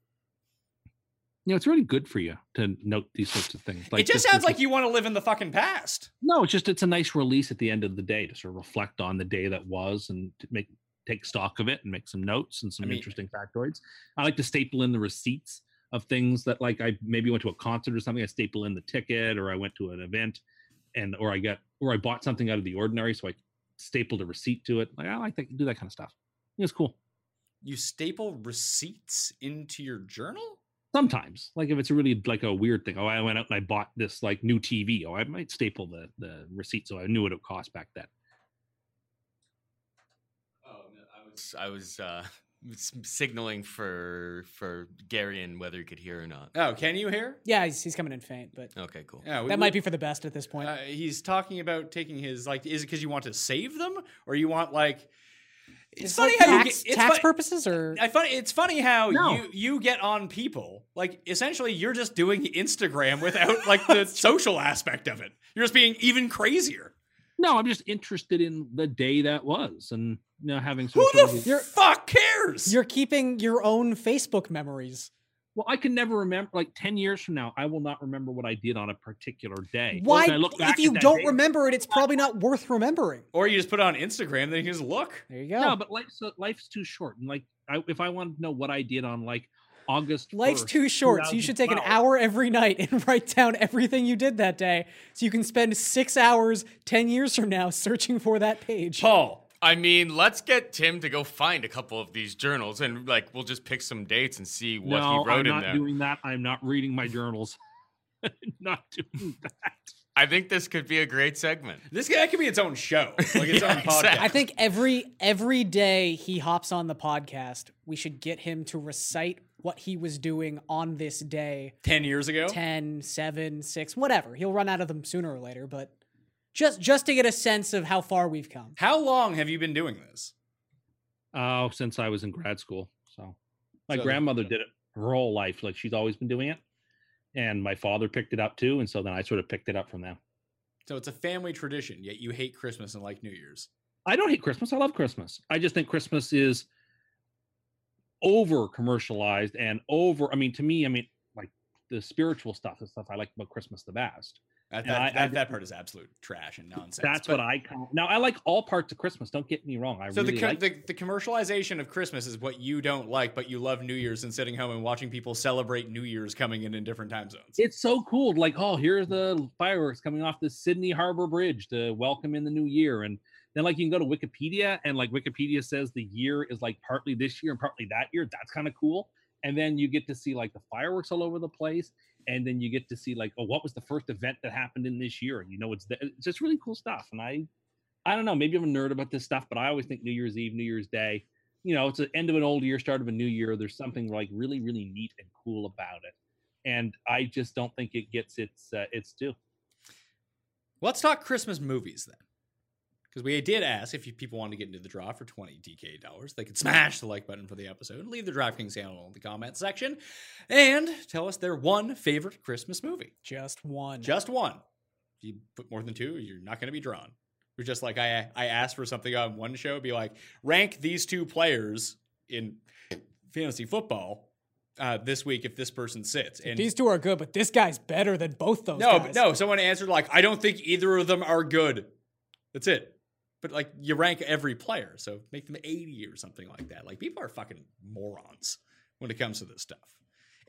You know, it's really good for you to note these sorts of things. it just this- sounds this like is- you want to live in the fucking past. No, it's just, it's a nice release at the end of the day to sort of reflect on the day that was and to make, take stock of it and make some notes and some mean- interesting factoids. I like to staple in the receipts of things that like I maybe went to a concert or something. I staple in the ticket or I went to an event and or I got or I bought something out of the ordinary, so I stapled a receipt to it. Like I like to do that kind of stuff. I think It's cool. You staple receipts into your journal? Sometimes, like if it's really like a weird thing, oh, I went out and I bought this like new TV. Oh, I might staple the the receipt so I knew what it cost back then. Oh, no, I was I was uh, (laughs) s- signaling for for Gary and whether he could hear or not. Oh, can you hear? Yeah, he's, he's coming in faint, but Okay, cool. Yeah, we- that we- might be for the best at this point. Uh, he's talking about taking his like. Is it because you want to save them, or you want like? It's, Is it funny like how tax, you get, it's tax fu- purposes or I find it's funny how No. you you get on people like essentially you're just doing Instagram without like the social aspect of it. You're just being even crazier. No, I'm just interested in the day that was and you know having Who sort of the these- fuck cares? you're keeping your own Facebook memories. well, I can never remember like 10 years from now, I will not remember what I did on a particular day. Why? When I look back If at you that don't day- remember it, it's probably not worth remembering. or you just put it on Instagram, then you just look. There you go. No, but life's life's too short. And like I, if I wanted to know what I did on like August Life's 1st, too short, so you should take an 2012, hour every night and (laughs) write down everything you did that day so you can spend six hours 10 years from now searching for that page. Paul, I mean, let's get Tim to go find a couple of these journals and like we'll just pick some dates and see what no, he wrote I'm in not there. doing that. I'm not reading my journals. (laughs) I'm not doing that. I think this could be a great segment. this guy could be its own show, like its Yeah, own podcast. exactly. I think every every day he hops on the podcast, we should get him to recite what he was doing on this day 10 years ago? 10, 7, 6, whatever. He'll run out of them sooner or later, but just just to get a sense of how far we've come. How long have you been doing this? Oh, since I was in grad school. So my So the- grandmother did it her whole life. Like she's always been doing it. And my father picked it up too. And so then I sort of picked it up from them. So it's a family tradition, yet you hate Christmas and like New Year's. I don't hate Christmas. I love Christmas. I just think Christmas is over commercialized and over. I mean, to me, I mean, like the spiritual stuff, the stuff I like about Christmas the best. That, Yeah, that, I- that, I- that part is absolute trash and nonsense. That's But- what I count. Now, I like all parts of Christmas. Don't get me wrong. I So really the, co- like. the the commercialization of Christmas is what you don't like, but you love New Year's and sitting home and watching people celebrate New Year's coming in in different time zones. it's so cool. Like, oh, here's the fireworks coming off the Sydney Harbor Bridge to welcome in the new year. And then, like, you can go to Wikipedia, and like, Wikipedia says the year is like partly this year and partly that year. That's kind of cool. And then you get to see like the fireworks all over the place. And then you get to see like, oh, what was the first event that happened in this year? And you know, it's, the, it's just really cool stuff. And I, I don't know, maybe I'm a nerd about this stuff, but I always think New Year's Eve, New Year's Day, you know, it's the end of an old year, start of a new year. There's something like really, really neat and cool about it and I just don't think it gets its uh, its due. Let's talk Christmas movies then, because we did ask if you, people wanted to get into the draw for twenty DK dollars, they could smash the like button for the episode, leave the DraftKings handle in the comment section, and tell us their one favorite Christmas movie. Just one. Just one. If you put more than two, you're not going to be drawn. It was just like I I asked for something on one show, be like, rank these two players in fantasy football uh, this week if this person sits. And These two are good, but this guy's better than both those no, guys. but no, someone answered like, I don't think either of them are good. That's it. But like you rank every player, so make them 80 or something like that. Like people are fucking morons when it comes to this stuff.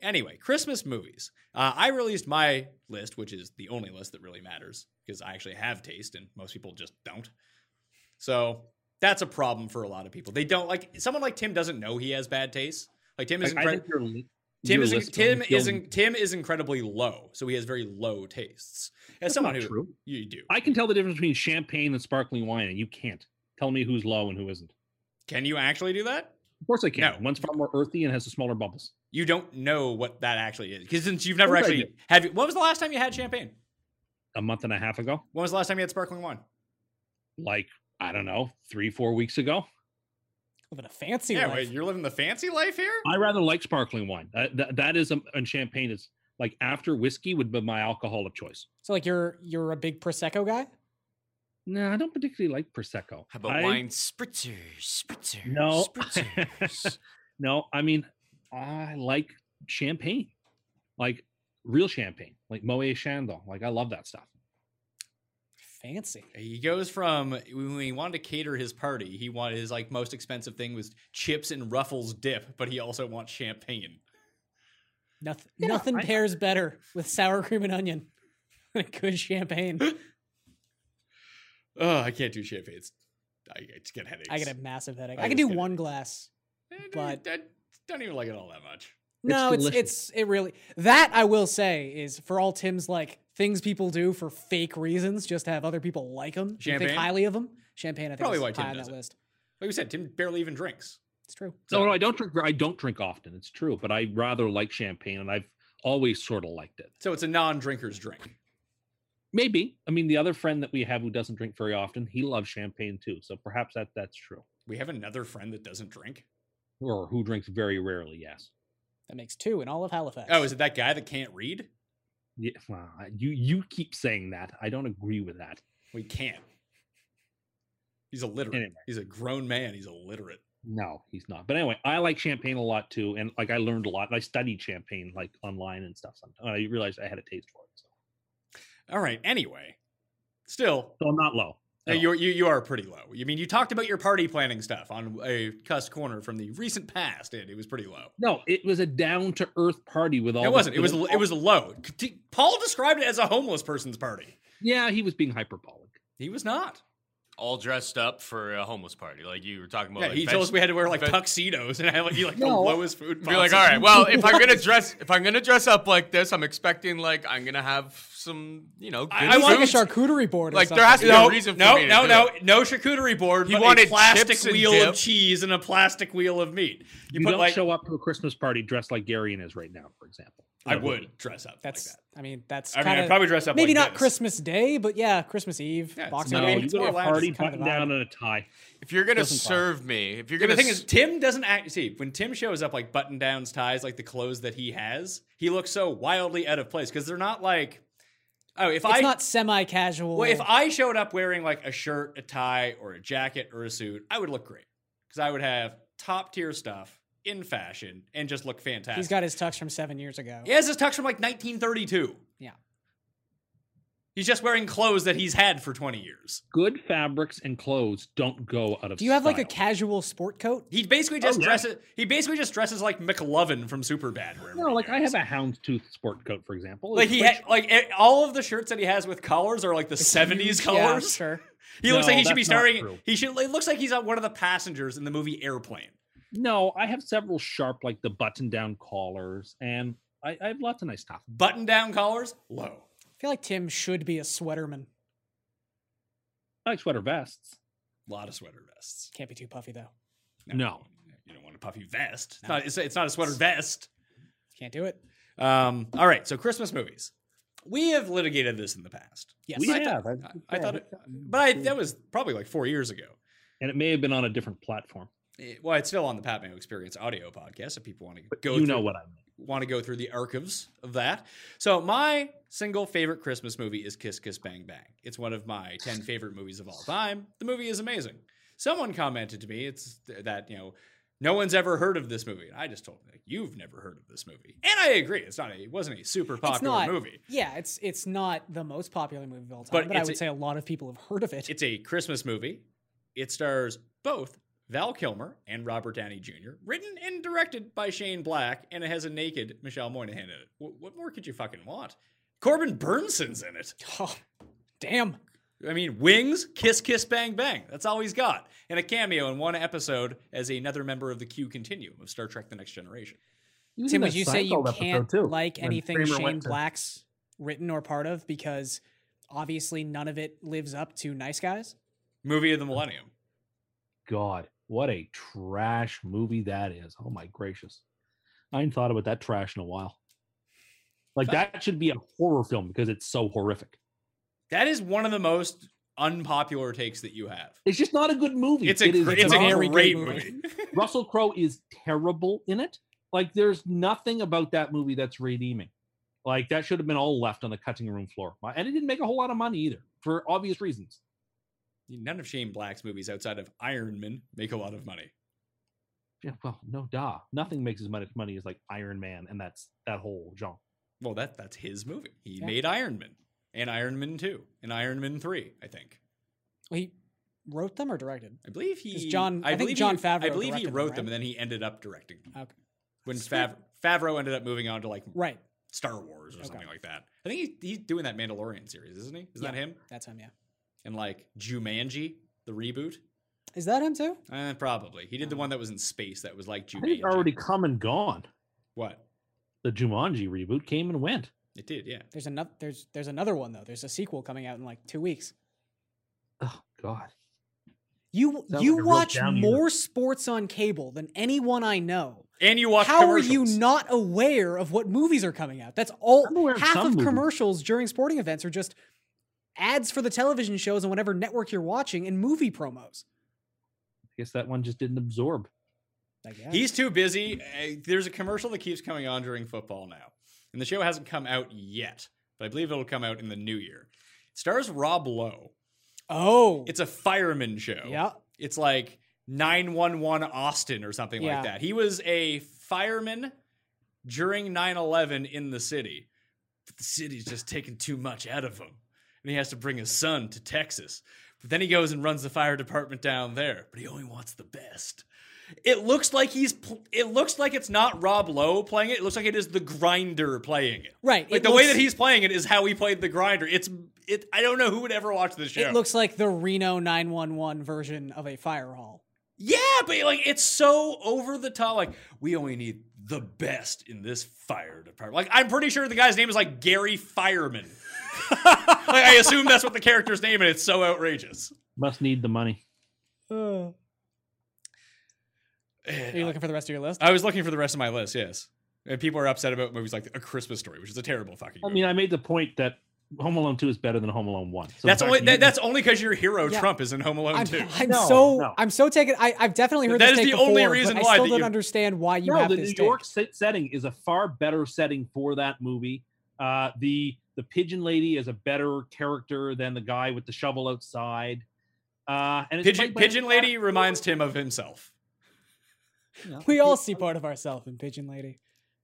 Anyway, Christmas movies. Uh, I released my list, which is the only list that really matters because I actually have taste and most people just don't. So that's a problem for a lot of people. They don't like someone like Tim doesn't know he has bad taste. Like Tim is Like, I incredible. think your li- Tim your is list Tim only is killed- Tim is incredibly low, so he has very low tastes. As someone not who true. you do, I can tell the difference between champagne and sparkling wine, and you can't tell me who's low and who isn't. can you actually do that? Of course, I can. No. One's far more earthy and has the smaller bubbles. You don't know what that actually is because since you've never Yes, I actually have you. When was the last time you had champagne? A month and a half ago, When was the last time you had sparkling wine? like I don't know, three four weeks ago, Living a fancy yeah, life. wait, you're living the fancy life here. I rather like sparkling wine. Uh, th- that is, um, and champagne is like after whiskey would be my alcohol of choice. So like you're you're a big prosecco guy? No, I don't particularly like prosecco. How about I- wine spritzers? Spritzers. No. (laughs) Spritzers. No, I mean, I like champagne, like real champagne, like Moet Chandon. Like I love that stuff. Fancy. He goes from when he wanted to cater his party, he wanted his like most expensive thing was chips and Ruffles dip, but he also wants champagne. Nothing Yeah, nothing I- (laughs) pairs better with sour cream and onion (laughs) than a good champagne. Oh, I can't do champagne. It's, I, I just get headaches. I get a massive headache. I I, can just do get it. one glass. I don't- but- I don't even like it all that much. No, it's, delicious. it's it really that I will say is for all Tim's like things people do for fake reasons just to have other people like them, Champagne? think highly of them. Champagne, I think Probably is why Tim high on does that it. list. Like we said, Tim barely even drinks. It's true. No, no, I don't drink. I don't drink often. It's true, but I rather like champagne, and I've always sort of liked it. So it's a non-drinker's drink. Maybe. I mean, the other friend that we have who doesn't drink very often, he loves champagne too. So perhaps that that's true, We have another friend that doesn't drink. or who drinks very rarely. Yes. That makes two in all of Halifax. Oh, is it that guy that can't read? Yeah. Well, I- you you keep saying that. I don't agree with that. We can't. He's illiterate. Anyway. He's a grown man. He's illiterate. No, he's not. But anyway, I like champagne a lot too, and like I learned a lot. And I studied champagne like online and stuff. Sometimes and I realized I had a taste for it. So, All right. Anyway, still, so I'm not low. uh, Oh. No. you're, you you are pretty low. You mean you talked about your party planning stuff on a cuss corner from the recent past, and it was pretty low. No, it was a down to earth party with all. It the- wasn't. It with was all- it was low. C- Paul described it as a homeless person's party. Yeah, he was being hyperbolic. He was not. all dressed up for a homeless party. Like you were talking about. Yeah, like, he told us we had to wear like tuxedos and have like, eat, like the No. lowest food. Be like, possible. all right, well, if I'm (laughs) gonna dress, if I'm gonna dress up like this, I'm expecting like I'm gonna have some, you know, good I- I I food. want- like a charcuterie board. Or Like, there something. has to be No, a reason for no, me to no, do no, it. no charcuterie board. He but wanted a plastic chips and wheel dip. of cheese and a plastic wheel of meat. You, You put don't like show up to a Christmas party dressed like Darian is right now, for example. I Yeah, would dress up. That's. like I mean, that's. that. I mean, kinda, I'd probably dress up. maybe like not this. Christmas Day, but yeah, Christmas Eve, Yeah, it's Boxing not- No, Day. mean, you it's go more to or a less party kind of button down and a tie. if you're gonna Doesn't fly. serve me, if you're Yeah, gonna, but the thing s- is, Tim doesn't act. See, when Tim shows up like button downs, ties, like the clothes that he has, he looks so wildly out of place because they're not like. Oh, if It's I not semi-casual. well, if I showed up wearing like a shirt, a tie, or a jacket or a suit, I would look great because I would have top tier stuff in fashion and just look fantastic. he's got his tux from seven years ago. He has his tux from like 1932. Yeah. He's just wearing clothes that he's had for 20 years. Good fabrics and clothes don't go out of. Do you have like a style. casual sport coat? He basically just Oh, yeah. dresses. He basically just dresses like McLovin from Superbad. wherever No, he like I goes. have a houndstooth sport coat, for example. Like It's he had, like eh, all of the shirts that he has with collars are like the seventies Yeah, collars. sure. He looks No, like he should be that's not starring. true. He should. It looks like he's on one of the passengers in the movie Airplane. No, I have several sharp, like the button-down collars, and I, I have lots of nice stuff. Button down collars, low. I feel like Tim should be a sweaterman. I like sweater vests. A lot of sweater vests. Can't be too puffy though. No. No, You don't want a puffy vest. It's not. It's, it's not a sweater vest. Can't do it. Um. All right. So Christmas movies. We have litigated this in the past. Yes. we I thought- have. I, I, I thought, it, but I, that was probably like four years ago. and it may have been on a different platform. Eh, Well, it's still on the Pat Mayo Experience audio podcast. If people want to go, you through, know what I mean. want to go through the archives of that. So my single favorite Christmas movie is Kiss Kiss Bang Bang. It's one of my (laughs) 10 favorite movies of all time. The movie is amazing. Someone commented to me it's th- that, you know, no one's ever heard of this movie. And I just told them, like, you've never heard of this movie. And I agree. It's not a, it wasn't a super popular not- movie. Yeah, it's it's not the most popular movie of all time, But but, I it's would a- say a lot of people have heard of it. It's a Christmas movie. It stars both Val Kilmer and Robert Downey Jr., written and directed by Shane Black, and it has a naked Michelle Moynihan in it. Wh- what more could you fucking want? Corbin Burnson's in it. (laughs) Oh, damn. I mean, Wings, Kiss Kiss Bang Bang. That's all he's got. And a cameo in one episode as another member of the Q Continuum of Star Trek The Next Generation. He was Tim, in would that you say you Seinfeld episode, can't too, like when anything Kramer Shane went to- Black's written or part of because obviously none of it lives up to Nice Guys? Movie of the Millennium. God, what a trash movie that is. Oh my gracious. I hadn't thought about that trash in a while. Like that should be a horror film because it's so horrific. That is one of the most unpopular takes that you have. It's just not a good movie. It's a, It is gr- it's a not- very good great movie. movie. Russell Crowe is terrible in it. Like there's nothing about that movie that's redeeming. Like that should have been all left on the cutting room floor. My- And it didn't make a whole lot of money either for obvious reasons. None of Shane Black's movies outside of Iron Man make a lot of money. Yeah, well, no, duh. Nothing makes as much money as like Iron Man, and that's that whole genre. Well, that that's his movie. He Yeah. made Iron Man and Iron Man 2 and Iron Man 3, I think. Well, he wrote them or directed? I believe he Is John- I think believe John he, I Favreau believe he directed them, wrote them right? and then he ended up directing them. Okay. When Sweet. Fav- Favreau ended up moving on to like Right. Star Wars or Okay. something like that. I think he, he's doing that Mandalorian series, isn't he? Is that Yeah. him? That's him, yeah. And like Jumanji, the reboot? Is that him too? Uh, probably. He did Uh-huh. the one that was in space that was like I Jumanji. think it's already come and gone. What? The Jumanji reboot came and went. It did, yeah. There's another there's there's another one though. There's a sequel coming out in like 2 weeks. Oh God, You Sounds you like a real watch down year. more sports on cable than anyone I know. And you watched How are you commercials. not aware of what movies are coming out? That's all. I'm aware of Half some of movies. commercials during sporting events are just ads for the television shows on whatever network you're watching and movie promos. I guess that one just didn't absorb. I guess. He's too busy. Uh, There's a commercial that keeps coming on during football now, and the show hasn't come out yet, but I believe it'll come out in the new year. It stars Rob Lowe. oh, It's a fireman show. yeah. It's like 911 Austin or something Yeah. like that. He was a fireman during 9 11 in the city, but the city's just taking too much out of him. And he has to bring his son to Texas. But then he goes and runs the fire department down there, but he only wants the best. It looks like he's. Pl- it looks like it's not Rob Lowe playing it. It looks like it is the grinder playing it. Right, Like it the way that looks- he's playing it is how he played the grinder. It's. It. I don't know who would ever watch this show. It looks like the Reno 911 version of a fire (sighs) hall. Yeah, but like it's so over the top. Like we only need the best in this fire department. Like I'm pretty sure the guy's name is like Gary Fireman. (laughs) like I assume that's what the character's name, and it's so outrageous. Must need the money. Are you looking for the rest of your list? I was looking for the rest of my list. Yes, and people are upset about movies like A Christmas Story, which is a terrible fucking. I Movie. mean, I made the point that Home Alone Two is better than Home Alone One. So the that's fact only that you- that, that's only because your hero Yeah. Trump is in Home Alone I'm, too. I'm No, so no. I'm so taken. I, I've definitely heard That this is take the only before, but reason I why still that don't you- understand why you no, have the this New take. York se- setting is a far better setting for that movie. Uh, the the pigeon lady is a better character than the guy with the shovel outside. Uh, and (laughs) it's Pigeon, played by- Pigeon Lady reminds Tim of himself. We all see part of ourselves in Pigeon Lady.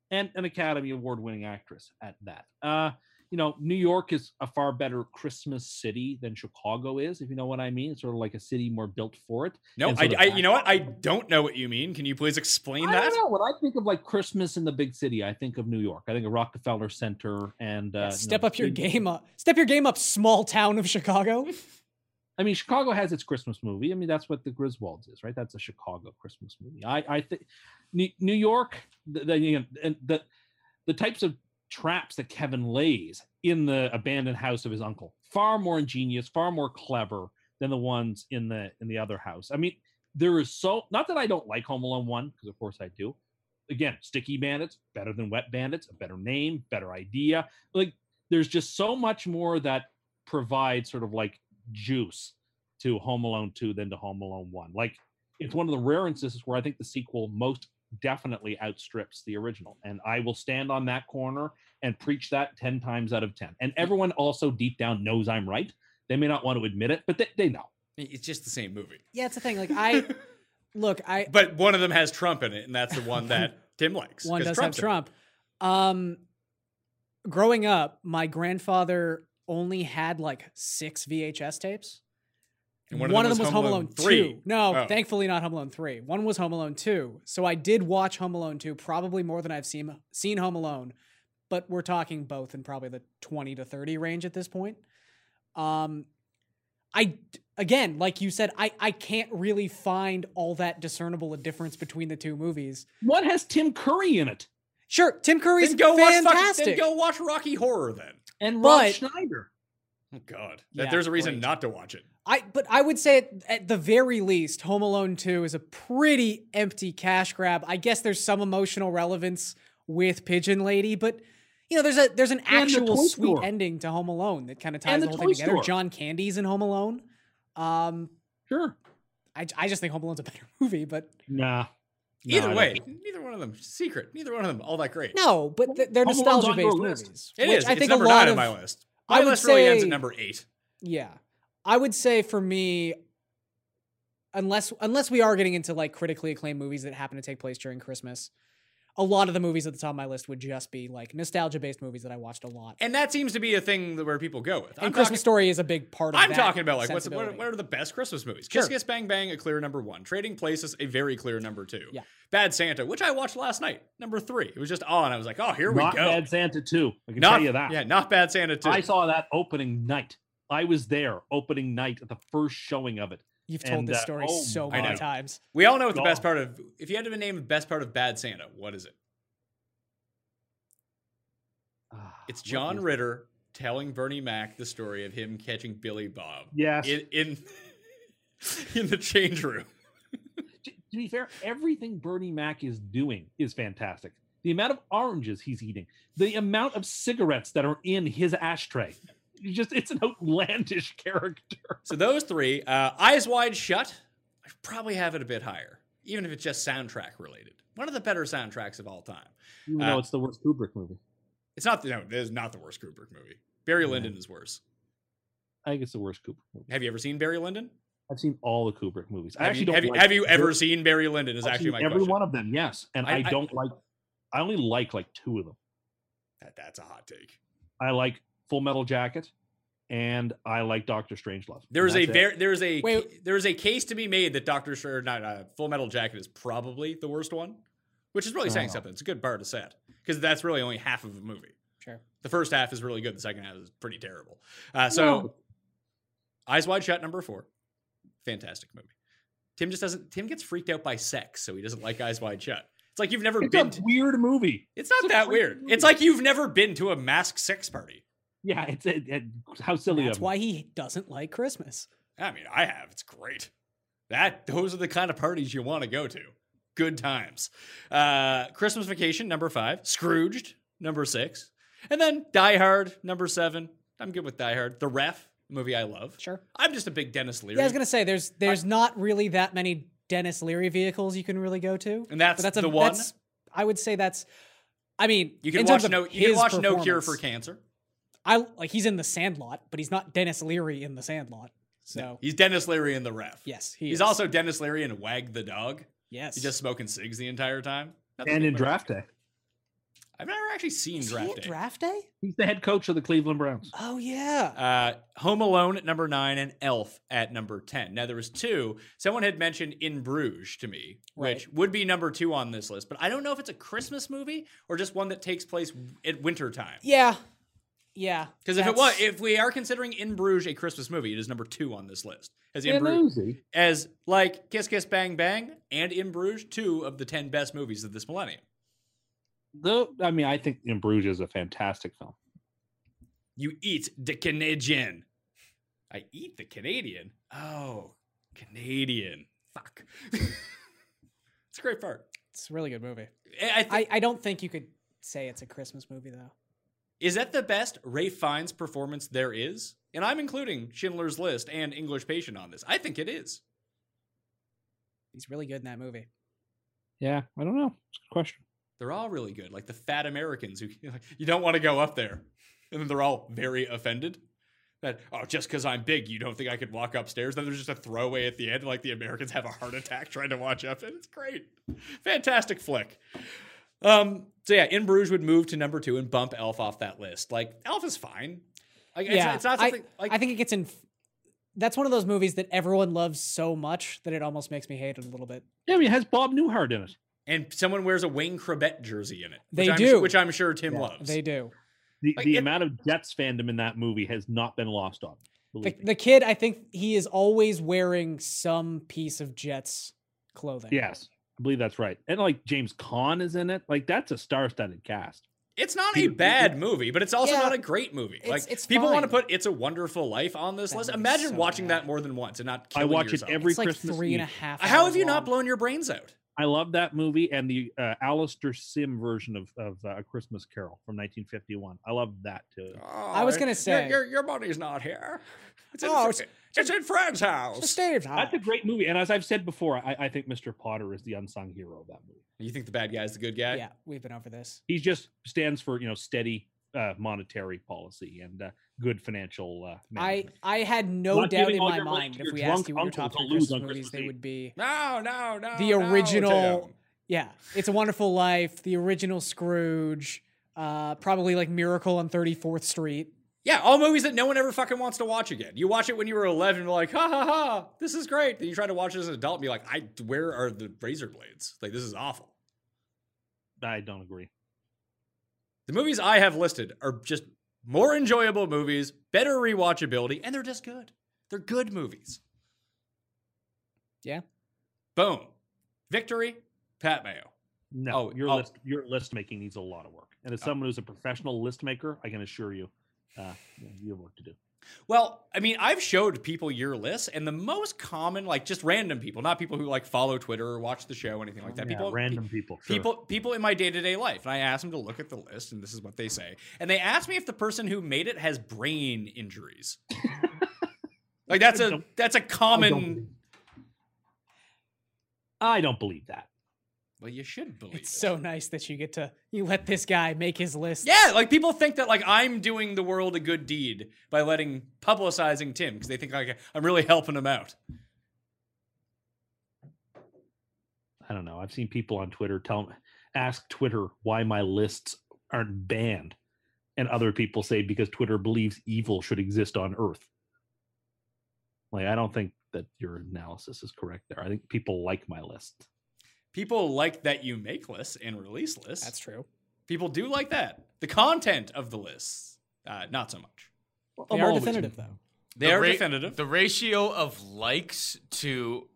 and an Academy Award winning actress at that. Uh, you know, New York is a far better Christmas city than Chicago is, if you know what I mean. It's sort of like a city more built for it. No, And so I, the I fact- you know what? I don't know what you mean. Can you please explain I that? don't know. When I think of like Christmas in the big city, I think of New York. I think of Rockefeller Center and uh, you know, step up your big- game up. Step your game up, small town of Chicago. I mean, Chicago has its Christmas movie. I mean, that's what the Griswolds is, right? That's a Chicago Christmas movie. I, I think New, New York, the, the, you know, and the the types of traps that Kevin lays in the abandoned house of his uncle far more ingenious, far more clever than the ones in the in the other house. I mean, there is so not that I don't like Home Alone one because of course I do. Again, Sticky Bandits better than Wet Bandits, a better name, better idea. Like, there's just so much more that provides sort of like juice to Home Alone 2 than to Home Alone 1. Like it's one of the rare instances where I think the sequel most definitely outstrips the original. And I will stand on that corner and preach that 10 times out of 10. And Mm. everyone also deep down knows I'm right. They may not want to admit it, but they, they know. It's just the same movie. (laughs) yeah, it's a thing. Like I look, I But one of them has Trump in it, and that's the (laughs) one that Tim likes. one 'cause does Trump's have in it. Trump. Um, growing up, my grandfather only had like six VHS tapes. And one, of them was Home Alone, Oh. 2. No, thankfully not Home Alone 3. One was Home Alone 2. So I did watch Home Alone 2 probably more than I've seen seen Home Alone, but we're talking both in probably the 20 to 30 range at this point. Um I again, like you said, I I can't really find all that discernible a difference between the two movies. One has Tim Curry in it Sure, Tim Curry's Then go, watch fucking, fantastic. then go watch Rocky Horror then. and Rob But- Schneider. Oh, God. Yeah, that there's a reason great. not to watch it. I but I would say at, at the very least, Home Alone Two is a pretty empty cash grab. I guess there's some emotional relevance with Pigeon Lady, but you know, there's a there's an And the actual Toy sweet Store. ending to Home Alone that kind of ties the, the whole thing Toy together. Store. John Candy's in Home Alone. Um, Sure. I I just think Home Alone's a better (laughs) movie, but Nah. Nah, I Either don't way, think- neither one of them. Secret. Neither one of them. All that great. no, but th- they're Home Alone's nostalgia on your based list. movies. It which is. I think it's number a lot nine of on my list. I My would list really ends say- at number eight. Yeah. I would say for me unless unless we are getting into like critically acclaimed movies that happen to take place during Christmas, a lot of the movies at the top of my list would just be like nostalgia-based movies that I watched a lot. And that seems to be a thing that where people go with. And Christmas Story is a big part of I'm that talking about like what's what, sensibility. what are the best Christmas movies? Kiss Sure. Kiss Bang Bang, a clear number one. Trading Places, a very clear number two. Yeah. Bad Santa, which I watched last night, number three. It was just on. I was like, oh, here Not we go. Bad Santa 2. I can tell you that. Yeah, not Bad Santa too. I saw that opening night. I was there opening night at the first showing of it. You've told and, this uh, story oh so my many God. times. we all know what the Gone. best part of. If you had to name the best part of Bad Santa, what is it? Ah, It's what John is- Ritter telling Bernie Mac the story of him catching Billy Bob Yes. in in, (laughs) in the change room. T- to be fair, everything Bernie Mac is doing is fantastic. The amount of oranges he's eating, the amount of cigarettes that are in his ashtray. You just it's an outlandish (laughs) character. So those three, uh, Eyes Wide Shut, I should probably have it a bit higher, even if it's just soundtrack related. One of the better soundtracks of all time. Even Uh, though it's the worst Kubrick movie. It's not the, no, it is not the worst Kubrick movie. Barry Lyndon is worse. I think it's the worst Kubrick movie. Have you ever seen Barry Lyndon? I've seen all the Kubrick movies. I Have actually you, don't have, you- like have you ever I've seen Barry Lyndon? Is actually seen my every question. one of them, yes. And I- I, I- don't like I only like like two of them. That, that's a hot take. I like Full Metal Jacket and I like Doctor Strangelove. There is a That's it. ver- there is a Wait. ca- there is a case to be made that Doctor Sh- or not uh, Full Metal Jacket is probably the worst one, which is really saying Oh. something. It's a good bar to set because that's really only half of a movie. Sure. The first half is really good. The second half is pretty terrible. Uh, so, Eyes Wide Shut number four, fantastic movie. Tim just doesn't. Tim gets freaked out by sex, so he doesn't like Eyes Wide Shut. It's like you've never it's been. a To, weird movie. it's not it's a that freaking weird. movie. It's like you've never been to a masked sex party. Yeah, it's it, it, how silly. That's of me. why he doesn't like Christmas. I mean, I have. It's great. That those are the kind of parties you want to go to. Good times. Uh, Christmas Vacation number five, Scrooged number six, and then Die Hard number seven. I'm good with Die Hard. The Ref a movie I love. Sure. I'm just a big Dennis Leary. Yeah, I was gonna say there's there's not really that many Dennis Leary vehicles you can really go to. And that's But that's a, the one? That's, I would say that's. I mean, you can in watch terms of no. You can his watch No Cure performance, for Cancer. I like he's in The Sandlot, but he's not Dennis Leary in The Sandlot. So He's Dennis Leary in The Ref. yes, he He's is. also Dennis Leary in Wag the Dog. yes. He's just smoking cigs the entire time. Not that and big in much- draft day, I've never actually seen Is he Draft in Day. draft day. he's the head coach of the Cleveland Browns. Oh yeah. uh, Home Alone at number nine and Elf at number ten. Now there was two. Someone had mentioned In Bruges to me, which would be number two on this list, but I don't know if it's a Christmas movie or just one that takes place at winter time. yeah. Yeah. Because if it was, that's- if we are considering In Bruges a Christmas movie, it is number two on this list. As In Yeah, Bruges, Lucy. as like Kiss Kiss Bang Bang and In Bruges, two of the ten best movies of this millennium. Though I mean, I think In Bruges is a fantastic film. You eat the Canadian. I eat the Canadian. Oh, Canadian. Fuck. (laughs) it's a great part. it's a really good movie. I, I thi- I, I don't think you could say it's a Christmas movie though. is that the best Ray Fiennes performance there is? And I'm including Schindler's List and English Patient on this. I think it is. He's really good in that movie. Yeah, I don't know. It's a good question. They're all really good. Like the fat Americans who (laughs) you don't want to go up there, and then they're all very offended. That oh, just because I'm big, you don't think I could walk upstairs? Then there's just a throwaway at the end, like the Americans have a heart attack (laughs) trying to watch up it. It's great, fantastic flick. Um, so yeah, In Bruges would move to number two and bump Elf off that list. Like Elf is fine. Like, it's- yeah, it's, not something I, like I think it gets in. That's one of those movies that everyone loves so much that it almost makes me hate it a little bit. Yeah, I mean, it has Bob Newhart in it. And someone wears a Wayne Krebet jersey in it. They which I'm, do. which I'm sure Tim Yeah, loves. They do. The, Like, the it- amount of Jets fandom in that movie has not been lost on. me, The, believe me. the kid, I think he is always wearing some piece of Jets clothing. Yes, I believe that's right. And like James Caan is in it. Like that's a star-studded cast. It's not a Peter- bad movie, but it's also Yeah. not a great movie. It's- like it's people want to fine. put "It's a Wonderful Life" on this That list. movie's Imagine so watching bad. that more than once and not. I killing watch it yourself. every It's like Christmas three and a Eve. half. How have hours you not long. blown your brains out? I love that movie and the uh, Alistair Sim version of, of uh, A Christmas Carol from 1951. I love that too. I was gonna say- your, your, your money's not here. It's in, Oh, Fra- it's- it's, in Fred's It's house. just Stay That's a Ah. hot. great movie. And as I've said before, I, I think Mr. Potter is the unsung hero of that movie. You think the bad guy's the good guy? Yeah, we've been over this. He just stands for you know steady uh, monetary policy and uh, good financial. Uh, I management. I had no Not doubt giving in all my your money mind to if your we drunk asked you what your uncle top to three lose Christmas on movies, Christmas they Eve. would be No, no, no. The no, original- Tim. yeah. It's a Wonderful Life, the original Scrooge, uh, probably like Miracle on Thirty Fourth Street. Yeah, all movies that no one ever fucking wants to watch again. You watch it when you were 11 and be like, ha ha ha, this is great. Then you try to watch it as an adult and be like, I, where are the razor blades? Like, this is awful. I don't agree. The movies I have listed are just more enjoyable movies, better rewatchability, and they're just good. They're good movies. Yeah. Boom. Victory, Pat Mayo. No, Oh, your oh. list your list making needs a lot of work. And as someone who's a professional list maker, I can assure you, uh, you have work to do. Well, I mean, I've showed people your list, and the most common, like just random people, not people who like follow Twitter or watch the show, or anything like that. Oh, Yeah, people, random people, sure. people, people in my day to day life, and I ask them to look at the list, and this is what they say. And they ask me if the person who made it has brain injuries. like that's a don't- that's a I don't common. believe- I don't believe that. Well, you should believe It's it. so nice that you get to you let this guy make his list. Yeah, like people think that like I'm doing the world a good deed by letting publicizing Tim because they think like I'm really helping him out. I don't know. I've seen people on Twitter tell ask Twitter why my lists aren't banned. and other people say because Twitter believes evil should exist on Earth. Like, I don't think that your analysis is correct there. I think people like my list. People like that you make lists and release lists. That's true. People do like that. The content of the lists, uh, not so much. They I'm are always- definitive though. They The are ra- definitive. The ratio of likes to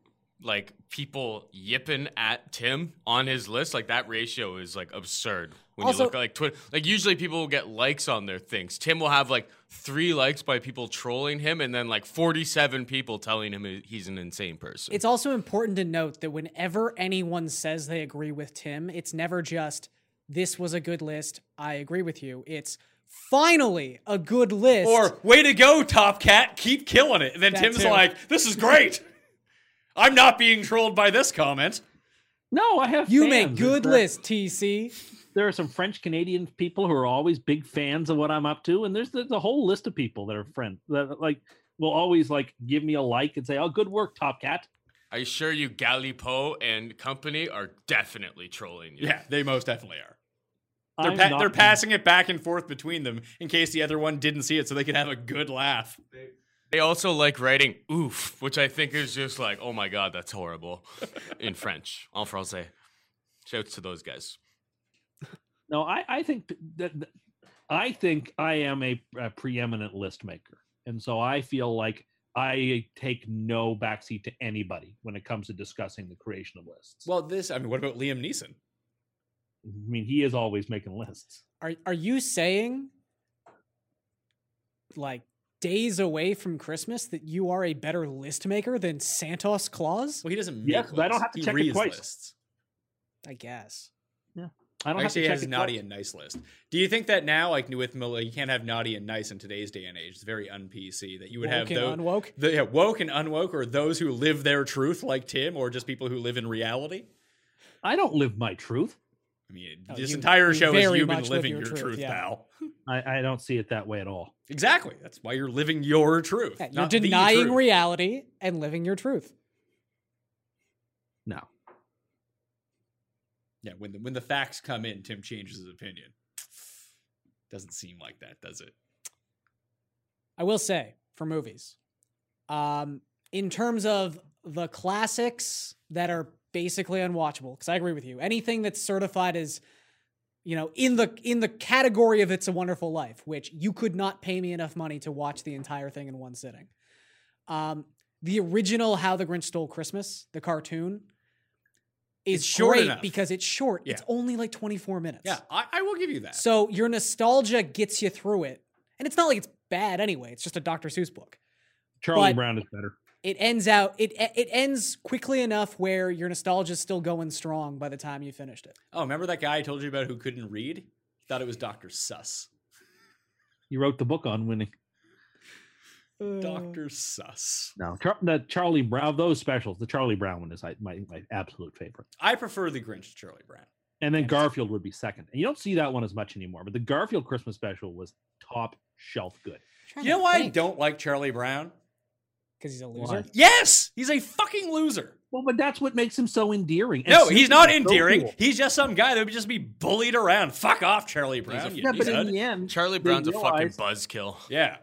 like people yipping at Tim on his list, like that ratio is like absurd. When Also- you look at like Twitter, like usually people will get likes on their things. Tim will have like three likes by people trolling him, and then like forty-seven people telling him he- he's an insane person. It's also important to note that whenever anyone says they agree with Tim, it's never just this was a good list. I agree with you. It's finally a good list. or way to go, Top Cat, keep killing it. And then That Tim's too. like, "This is great. I'm not being trolled by this comment." No, I have you fans. make good There- lists, TC. There are some French Canadian people who are always big fans of what I'm up to, and there's the, the whole list of people that are friends that like will always like give me a like and say, "Oh, good work, Top Cat." I assure you, Gallipo and company are definitely trolling you. Yeah, they most definitely are. They're, I'm pa- not they're being- passing it back and forth between them in case the other one didn't see it, so they could have a good laugh. They also like writing "oof," which I think is just like, "Oh my god, that's horrible," (laughs) in French, en français. Shouts to those guys. No, I, I think th- that, that- I think I am a, a preeminent list maker, and so I feel like I take no backseat to anybody when it comes to discussing the creation of lists. Well, this, I mean, what about Liam Neeson? I mean, he is always making lists. Are are you saying like days away from Christmas that you are a better list maker than Santos Claus? Well, he doesn't make Yes, but I don't lists. have to he check it reads twice. lists. I guess. I don't Actually, he have has to check it naughty and nice list. Do you think that now, like with Mila, you can't have naughty and nice in today's day and age? It's very un PC that you would have Woke and those. unwoke. The, yeah, woke and unwoke, or those who live their truth, like Tim, or just people who live in reality. I don't live my truth. I mean, No, this Oh, you- entire you show is very you been much live living your your truth, truth, yeah. pal. I, I don't see it that way at all. Exactly. That's why you're living your truth. Yeah, you're not the denying truth. reality and living your truth. No, Yeah, when the, when the facts come in, Tim changes his opinion. Doesn't seem like that, does it? I will say for movies, um, in terms of the classics that are basically unwatchable, because I agree with you, anything that's certified as, you know, in the in the category of "It's a Wonderful Life," which you could not pay me enough money to watch the entire thing in one sitting. Um, the original "How the Grinch Stole Christmas," the cartoon, is It's short great enough. because it's short. Yeah. It's only like twenty four minutes. Yeah, I, I will give you that. So your nostalgia gets you through it. And it's not like it's bad anyway. It's just a Dr. Seuss book. Charlie But- Brown is better. It ends out it it ends quickly enough where your nostalgia is still going strong by the time you finished it. oh, remember that guy I told you about who couldn't read? He thought it was Dr. Suss. He wrote the book on winning. Uh, Uh, Dr. Suss. No, Char- the Charlie Brown of those specials, the Charlie Brown one is like, my my absolute favorite. I prefer the Grinch to Charlie Brown. And then Garfield would be second. And you don't see that one as much anymore, but the Garfield Christmas special was top shelf good. You know why I don't like Charlie Brown? Because he's a loser. Yes, he's a fucking loser. Well, but that's what makes him so endearing. And No, he's Snoopy not is so endearing. cool. He's just some guy that would just be bullied around. Fuck off, Charlie Brown. a- you Yeah, but nut. in the end, Charlie they Brown's a fucking realize- buzzkill. yeah.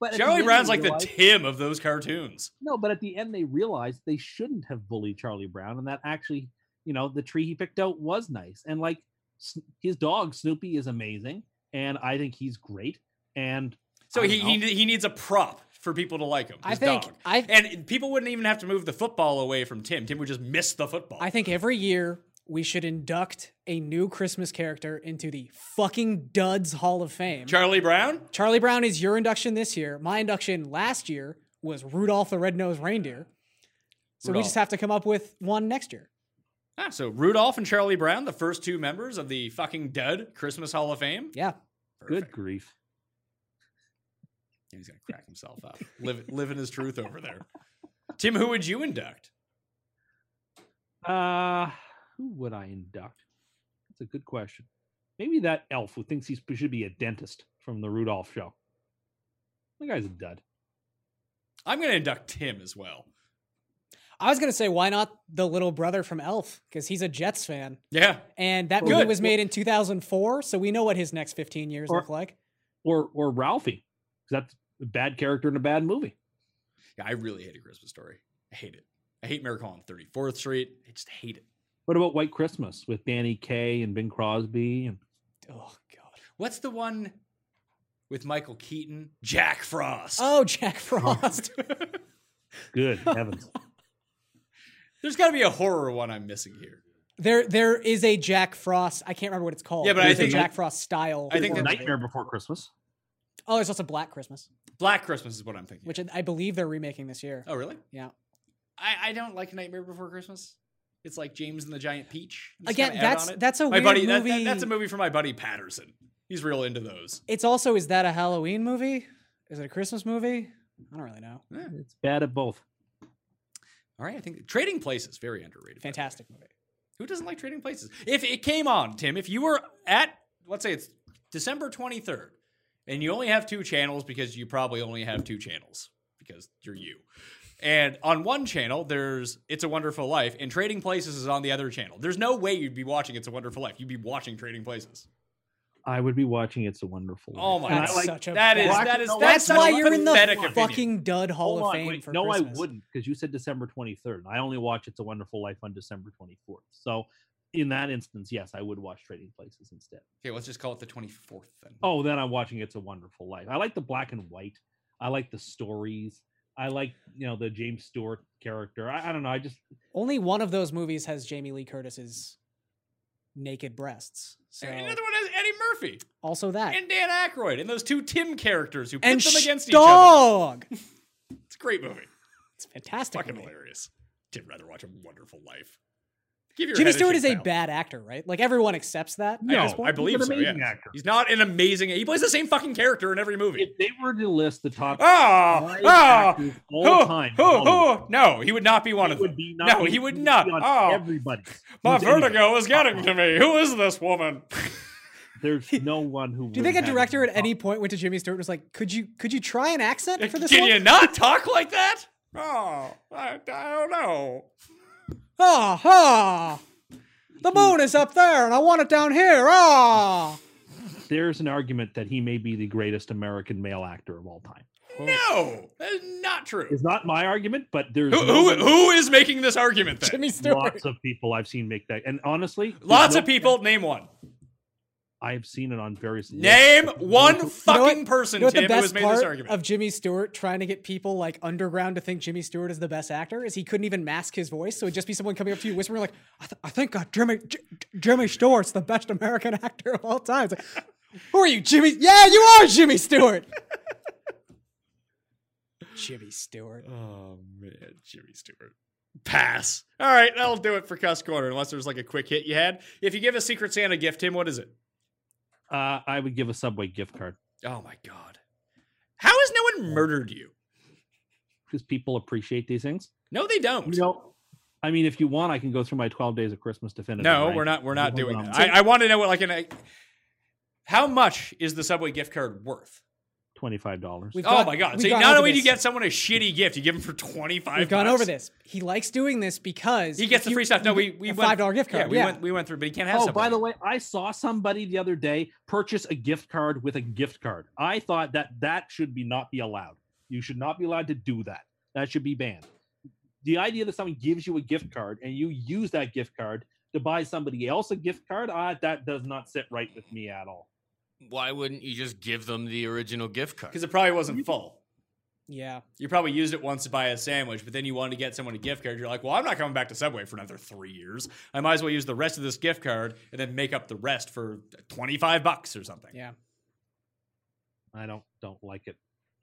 but at the Charlie end Brown's they like the realize- Tim of those cartoons. no, but at the end they realized they shouldn't have bullied Charlie Brown, and that actually, you know, the tree he picked out was nice, and like Sn- his dog Snoopy is amazing, and I think he's great, and So I don't he, he know. ne- he needs a prop for people to like him. I his think dog. I and people wouldn't even have to move the football away from Tim. Tim would just miss the football. I think every year we should induct a new Christmas character into the fucking Duds Hall of Fame. Charlie Brown. Charlie Brown is your induction this year. My induction last year was Rudolph the Red-Nosed Reindeer. So we just Rudolph. have to come up with one next year. Ah, so Rudolph and Charlie Brown, the first two members of the fucking Dud Christmas Hall of Fame. Yeah. good grief. He's gonna crack himself up. Liv, living his truth over there. Tim, who would you induct? Uh, who would I induct? That's a good question. Maybe that elf who thinks he should be a dentist from the Rudolph show. That guy's a dud. I'm gonna induct Tim as well. I was gonna say, why not the little brother from Elf? Because he's a Jets fan, Yeah. and that Well, movie good. was made in 2004, so we know what his next 15 years Or- look like. or or Ralphie. 'cause That's a bad character in a bad movie. Yeah, I really hate a Christmas story. I hate it. I hate Miracle on 34th Street. I just hate it. What about White Christmas with Danny Kaye and Bing Crosby (laughs) and Oh god. What's the one with Michael Keaton? Jack Frost. Oh, Jack Frost. Good heavens. There's got to be a horror one I'm missing here. there there is a Jack Frost. I can't remember what it's called. Yeah, but I there's a think- Jack Frost style. I think form of it. Nightmare Before Christmas. Oh, there's also Black Christmas, Black Christmas is what I'm thinking. which I- I believe they're remaking this year. oh, really? Yeah. I, I don't like Nightmare Before Christmas. It's like James and the Giant Peach. I'm just Again, kinda out that's on it. that's a my weird buddy. that- movie. that- that's a movie for my buddy Patterson. He's real into those. It's also is that a Halloween movie? Is it a Christmas movie? I don't really know. It's bad at both. All right, I think Trading Places very underrated. by the way. Fantastic movie. Who doesn't like Trading Places? If it came on, Tim, if you were at, let's say it's December 23rd, and you only have two channels because you probably only have two channels because you're you. And on one channel, there's It's a Wonderful Life, and Trading Places is on the other channel. There's no way you'd be watching It's a Wonderful Life. You'd be watching Trading Places. I would be watching It's a Wonderful Life. Oh my And I That's like- such a That is, bad- that is, No, That's, such why a you're in the pathetic opinion. fucking dud Hall Hold of on, Fame wait, for no, Christmas. I wouldn't because you said December 23rd. And I only watch It's a Wonderful Life on December 24th. So in that instance, yes, I would watch Trading Places instead. Okay, let's just call it the 24th then. Oh, then I'm watching It's a Wonderful Life. I like the black and white. I like the stories. I like, you know, the James Stewart character. I, I don't know. I just Only one of those movies has Jamie Lee Curtis's naked breasts. So And Another one is Eddie Murphy also that and Dan Aykroyd and those two Tim characters who put and them against each other. dog. It's a great movie. It's a fantastic. fucking movie. hilarious. Did rather watch a Wonderful Life. Give your Jimmy head Stewart shake is a down. bad actor, right? Like everyone accepts that. I guess- No, I, he's an believe so. Yeah. amazing actor. He's not an amazing. He plays the same fucking character in every movie. if they were to list the top oh, five oh, actors all who, time, who, in Hollywood, who? No, he would not be one it of would them. be not No, be- he would be not. on Oh, everybody's. my list anyway. vertigo is getting to me. Who is this woman? There's no one who. Do you would think a have director Oh. him at top. any point went to Jimmy Stewart and was like, "Could you could you try an accent for this Can one?" you not talk like that? Oh, I, I don't know. Ah ha! The moon is up there, and I want it down here. Ah! There's an argument that he may be the greatest American male actor of all time. No, that is not true. It's not my argument, but there's Who, no who, one- who is making this argument then? Jimmy Stewart. lots of people I've seen make that. And honestly, there's Lots no- of people. Name one. I've seen it on various. lists. Name one (laughs) You know what- fucking person, you know what Tim, the who has best made this part argument. of Jimmy Stewart trying to get people like underground to think Jimmy Stewart is the best actor is he couldn't even mask his voice, so it'd just be someone coming up to you whispering like, "I, th- I think uh, Jimmy J- J- Jimmy Stewart's the best American (laughs) actor of all time." It's like, Who are you, Jimmy? Yeah, you are Jimmy Stewart. (laughs) Jimmy Stewart. oh man, Jimmy Stewart. Pass. All right, that'll do it for Cuss Corner. Unless there's like a quick hit you had. If you give a Secret Santa gift, Tim, what is it? Uh, I would give a Subway gift card Oh my god. How has no one murdered you? because people appreciate these things. No, they don't. You know, I mean, if you want, I can go through my 12 days of Christmas definitively. no, right? we're not. We're not Hold doing on. that. I, I want to know what like an. I- how much is the Subway gift card worth? Twenty-five dollars. We've Oh gone- my god! we've So gone not over only do you this. get someone a shitty gift, you give them for twenty five. We've gone over this. He likes doing this because He gets if the you- free stuff. No, you we get we a went- five dollar gift card. Yeah, we went we went through, but he can't have. Oh, Subway. by the way, I saw somebody the other day purchase a gift card with a gift card. I thought that that should be not be allowed. You should not be allowed to do that. That should be banned. The idea that someone gives you a gift card and you use that gift card to buy somebody else a gift card, uh, that does not sit right with me at all. Why wouldn't you just give them the original gift card? because it probably wasn't full. yeah. You probably used it once to buy a sandwich, but then you wanted to get someone a gift card. You're like, well, I'm not coming back to Subway for another three years. I might as well use the rest of this gift card and then make up the rest for 25 bucks or something. Yeah. I don't don't like it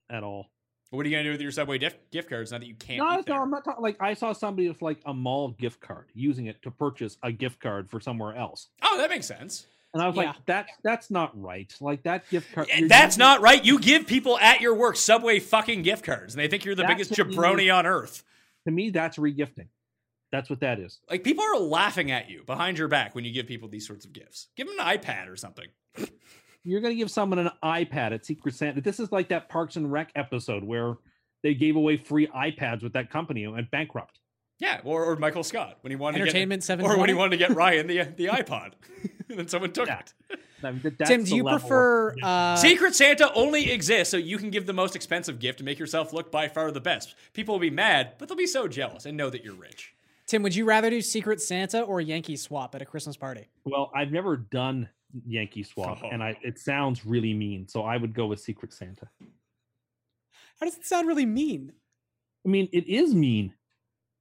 at all. What are you going to do with your Subway dif- gift cards now that you can't? No, eat no, there? I'm not talking. Like I saw somebody with like a mall gift card using it to purchase a gift card for somewhere else. Oh, that makes sense. And I was Yeah. like, that's that's not right. Like that gift card. Yeah, you're Eh, That's using- not right. You give people at your work Subway fucking gift cards, and they think you're the That's biggest what you jabroni need. on earth. to me. That's regifting. That's what that is. Like people are laughing at you behind your back when you give people these sorts of gifts. Give them an iPad or something. You're gonna give someone an iPad at Secret Santa. This is like that Parks and Rec episode where they gave away free iPads with that company and went bankrupt. Yeah, or, or Michael Scott when he wanted Entertainment to get, seven. or when he wanted to get Ryan the the iPod, (laughs) and then someone took Yeah. it. I mean, th- that's Tim, do the you level of- prefer uh, Secret Santa only exists so you can give the most expensive gift and make yourself look by far the best. People will be mad, but they'll be so jealous and know that you're rich. Tim? Would you rather do Secret Santa or Yankee Swap at a Christmas party? Well, I've never done Yankee Swap, and I it sounds really mean, so I would go with Secret Santa. How does it sound really mean? I mean, it is mean.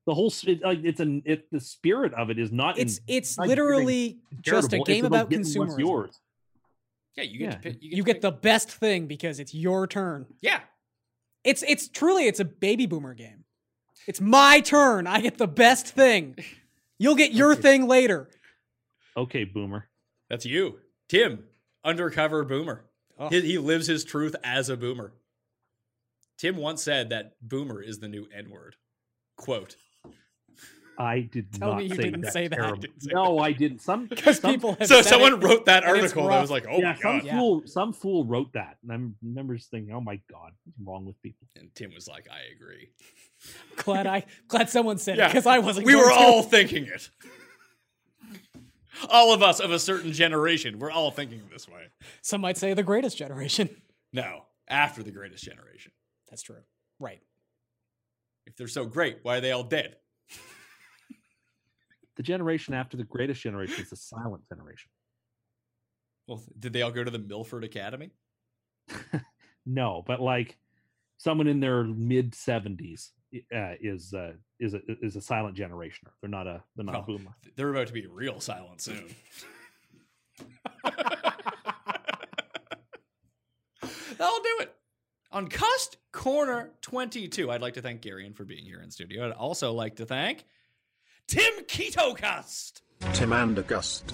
The whole s- it, like it's an it the spirit of it is not. It's in, it's I get it. literally just a charitable, it's game about getting what's consumerism. Yours. Yeah, you get Yeah. to pick. You get the best thing because it's your turn. yeah. It's it's truly it's a baby boomer game. It's my turn. I get the best thing. You'll get your thing later. Okay, Boomer. That's you, Tim, undercover boomer. He, he lives his truth as a boomer. Tim once said that boomer is the new N word. Quote. I did Tell not me you say didn't that. say that. terrible- Didn't say no, I didn't. (laughs) Some Because some- people have So said someone it. wrote that and it's article that was like, rough. oh yeah, my some god. Yeah. fool, some fool wrote that, and I'm- I remember just thinking, "Oh my god, what's wrong with people?" And Tim was like, I agree. Glad I glad someone said it Yeah. because I wasn't. We going were to. all thinking it. all of us of a certain generation, we're all thinking this way. Some might say the greatest generation. No, after the greatest generation. That's true. Right. If they're so great, why are they all dead? The generation after the greatest generation is the silent generation. Well, did they all go to the Milford Academy? No, but like someone in their mid seventies uh, is uh, is a, is a silent generationer. They're not a they're not Oh. a boomer. They're about to be real silent soon. That'll do it. On Cust Corner 22, I'd like to thank Garion for being here in studio. I'd also like to thank Tim Keto Cust. Tim and August.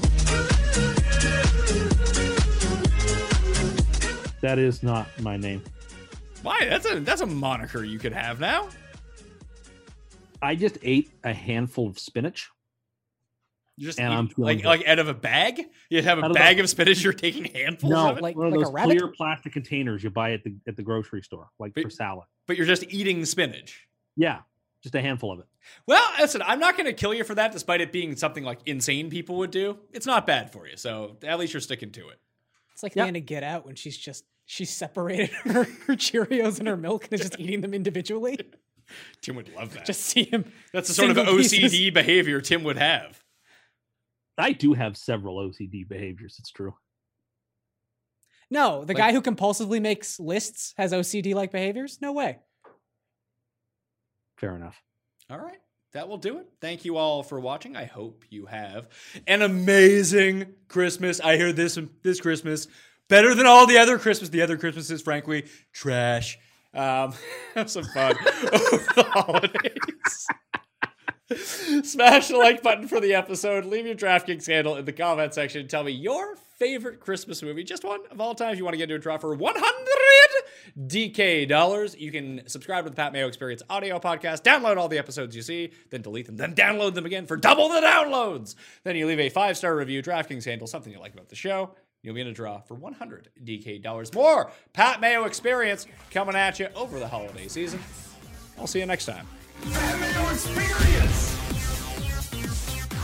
That is not my name. Why? That's a that's a moniker you could have now. I just ate a handful of spinach. You just And I'm eat, feeling like good. like out of a bag. You have Out a of bag a- of spinach. You're taking handfuls No, of it, like- like one of like a those rabbit? clear plastic containers you buy at the at the grocery store, like But- for salad. but you're just eating spinach. Yeah, just a handful of it. Well, listen, I'm not going to kill you for that, despite it being something like insane people would do. It's not bad for you, so at least you're sticking to it. It's like Yeah. the end of Get Out when she's just she separated (laughs) her, her Cheerios and her milk and is just eating them individually. Tim would love that. Just see him. That's the sort of single OCD pieces. behavior Tim would have. I do have several OCD behaviors. It's true. No, the Like- guy who compulsively makes lists has OCD like behaviors. No way. Fair enough. All right. That will do it. Thank you all for watching. I hope you have an amazing Christmas. I hear this this Christmas better than all the other Christmas. The other Christmases, frankly, trash. Um, (laughs) have some fun (laughs) over the holidays. Smash the like button for the episode. Leave your DraftKings handle in the comment section. Tell me your favorite Christmas movie, just one of all time. If you want to get into a draw for 100 DK dollars, you can subscribe to the Pat Mayo Experience audio podcast, download all the episodes you see, then delete them, then download them again for double the downloads. Then you leave a five star review, DraftKings handle, something you like about the show. You'll be in a draw for 100 DK dollars. More Pat Mayo Experience coming at you over the holiday season. I'll see you next time. Batman experience!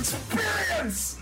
Experience!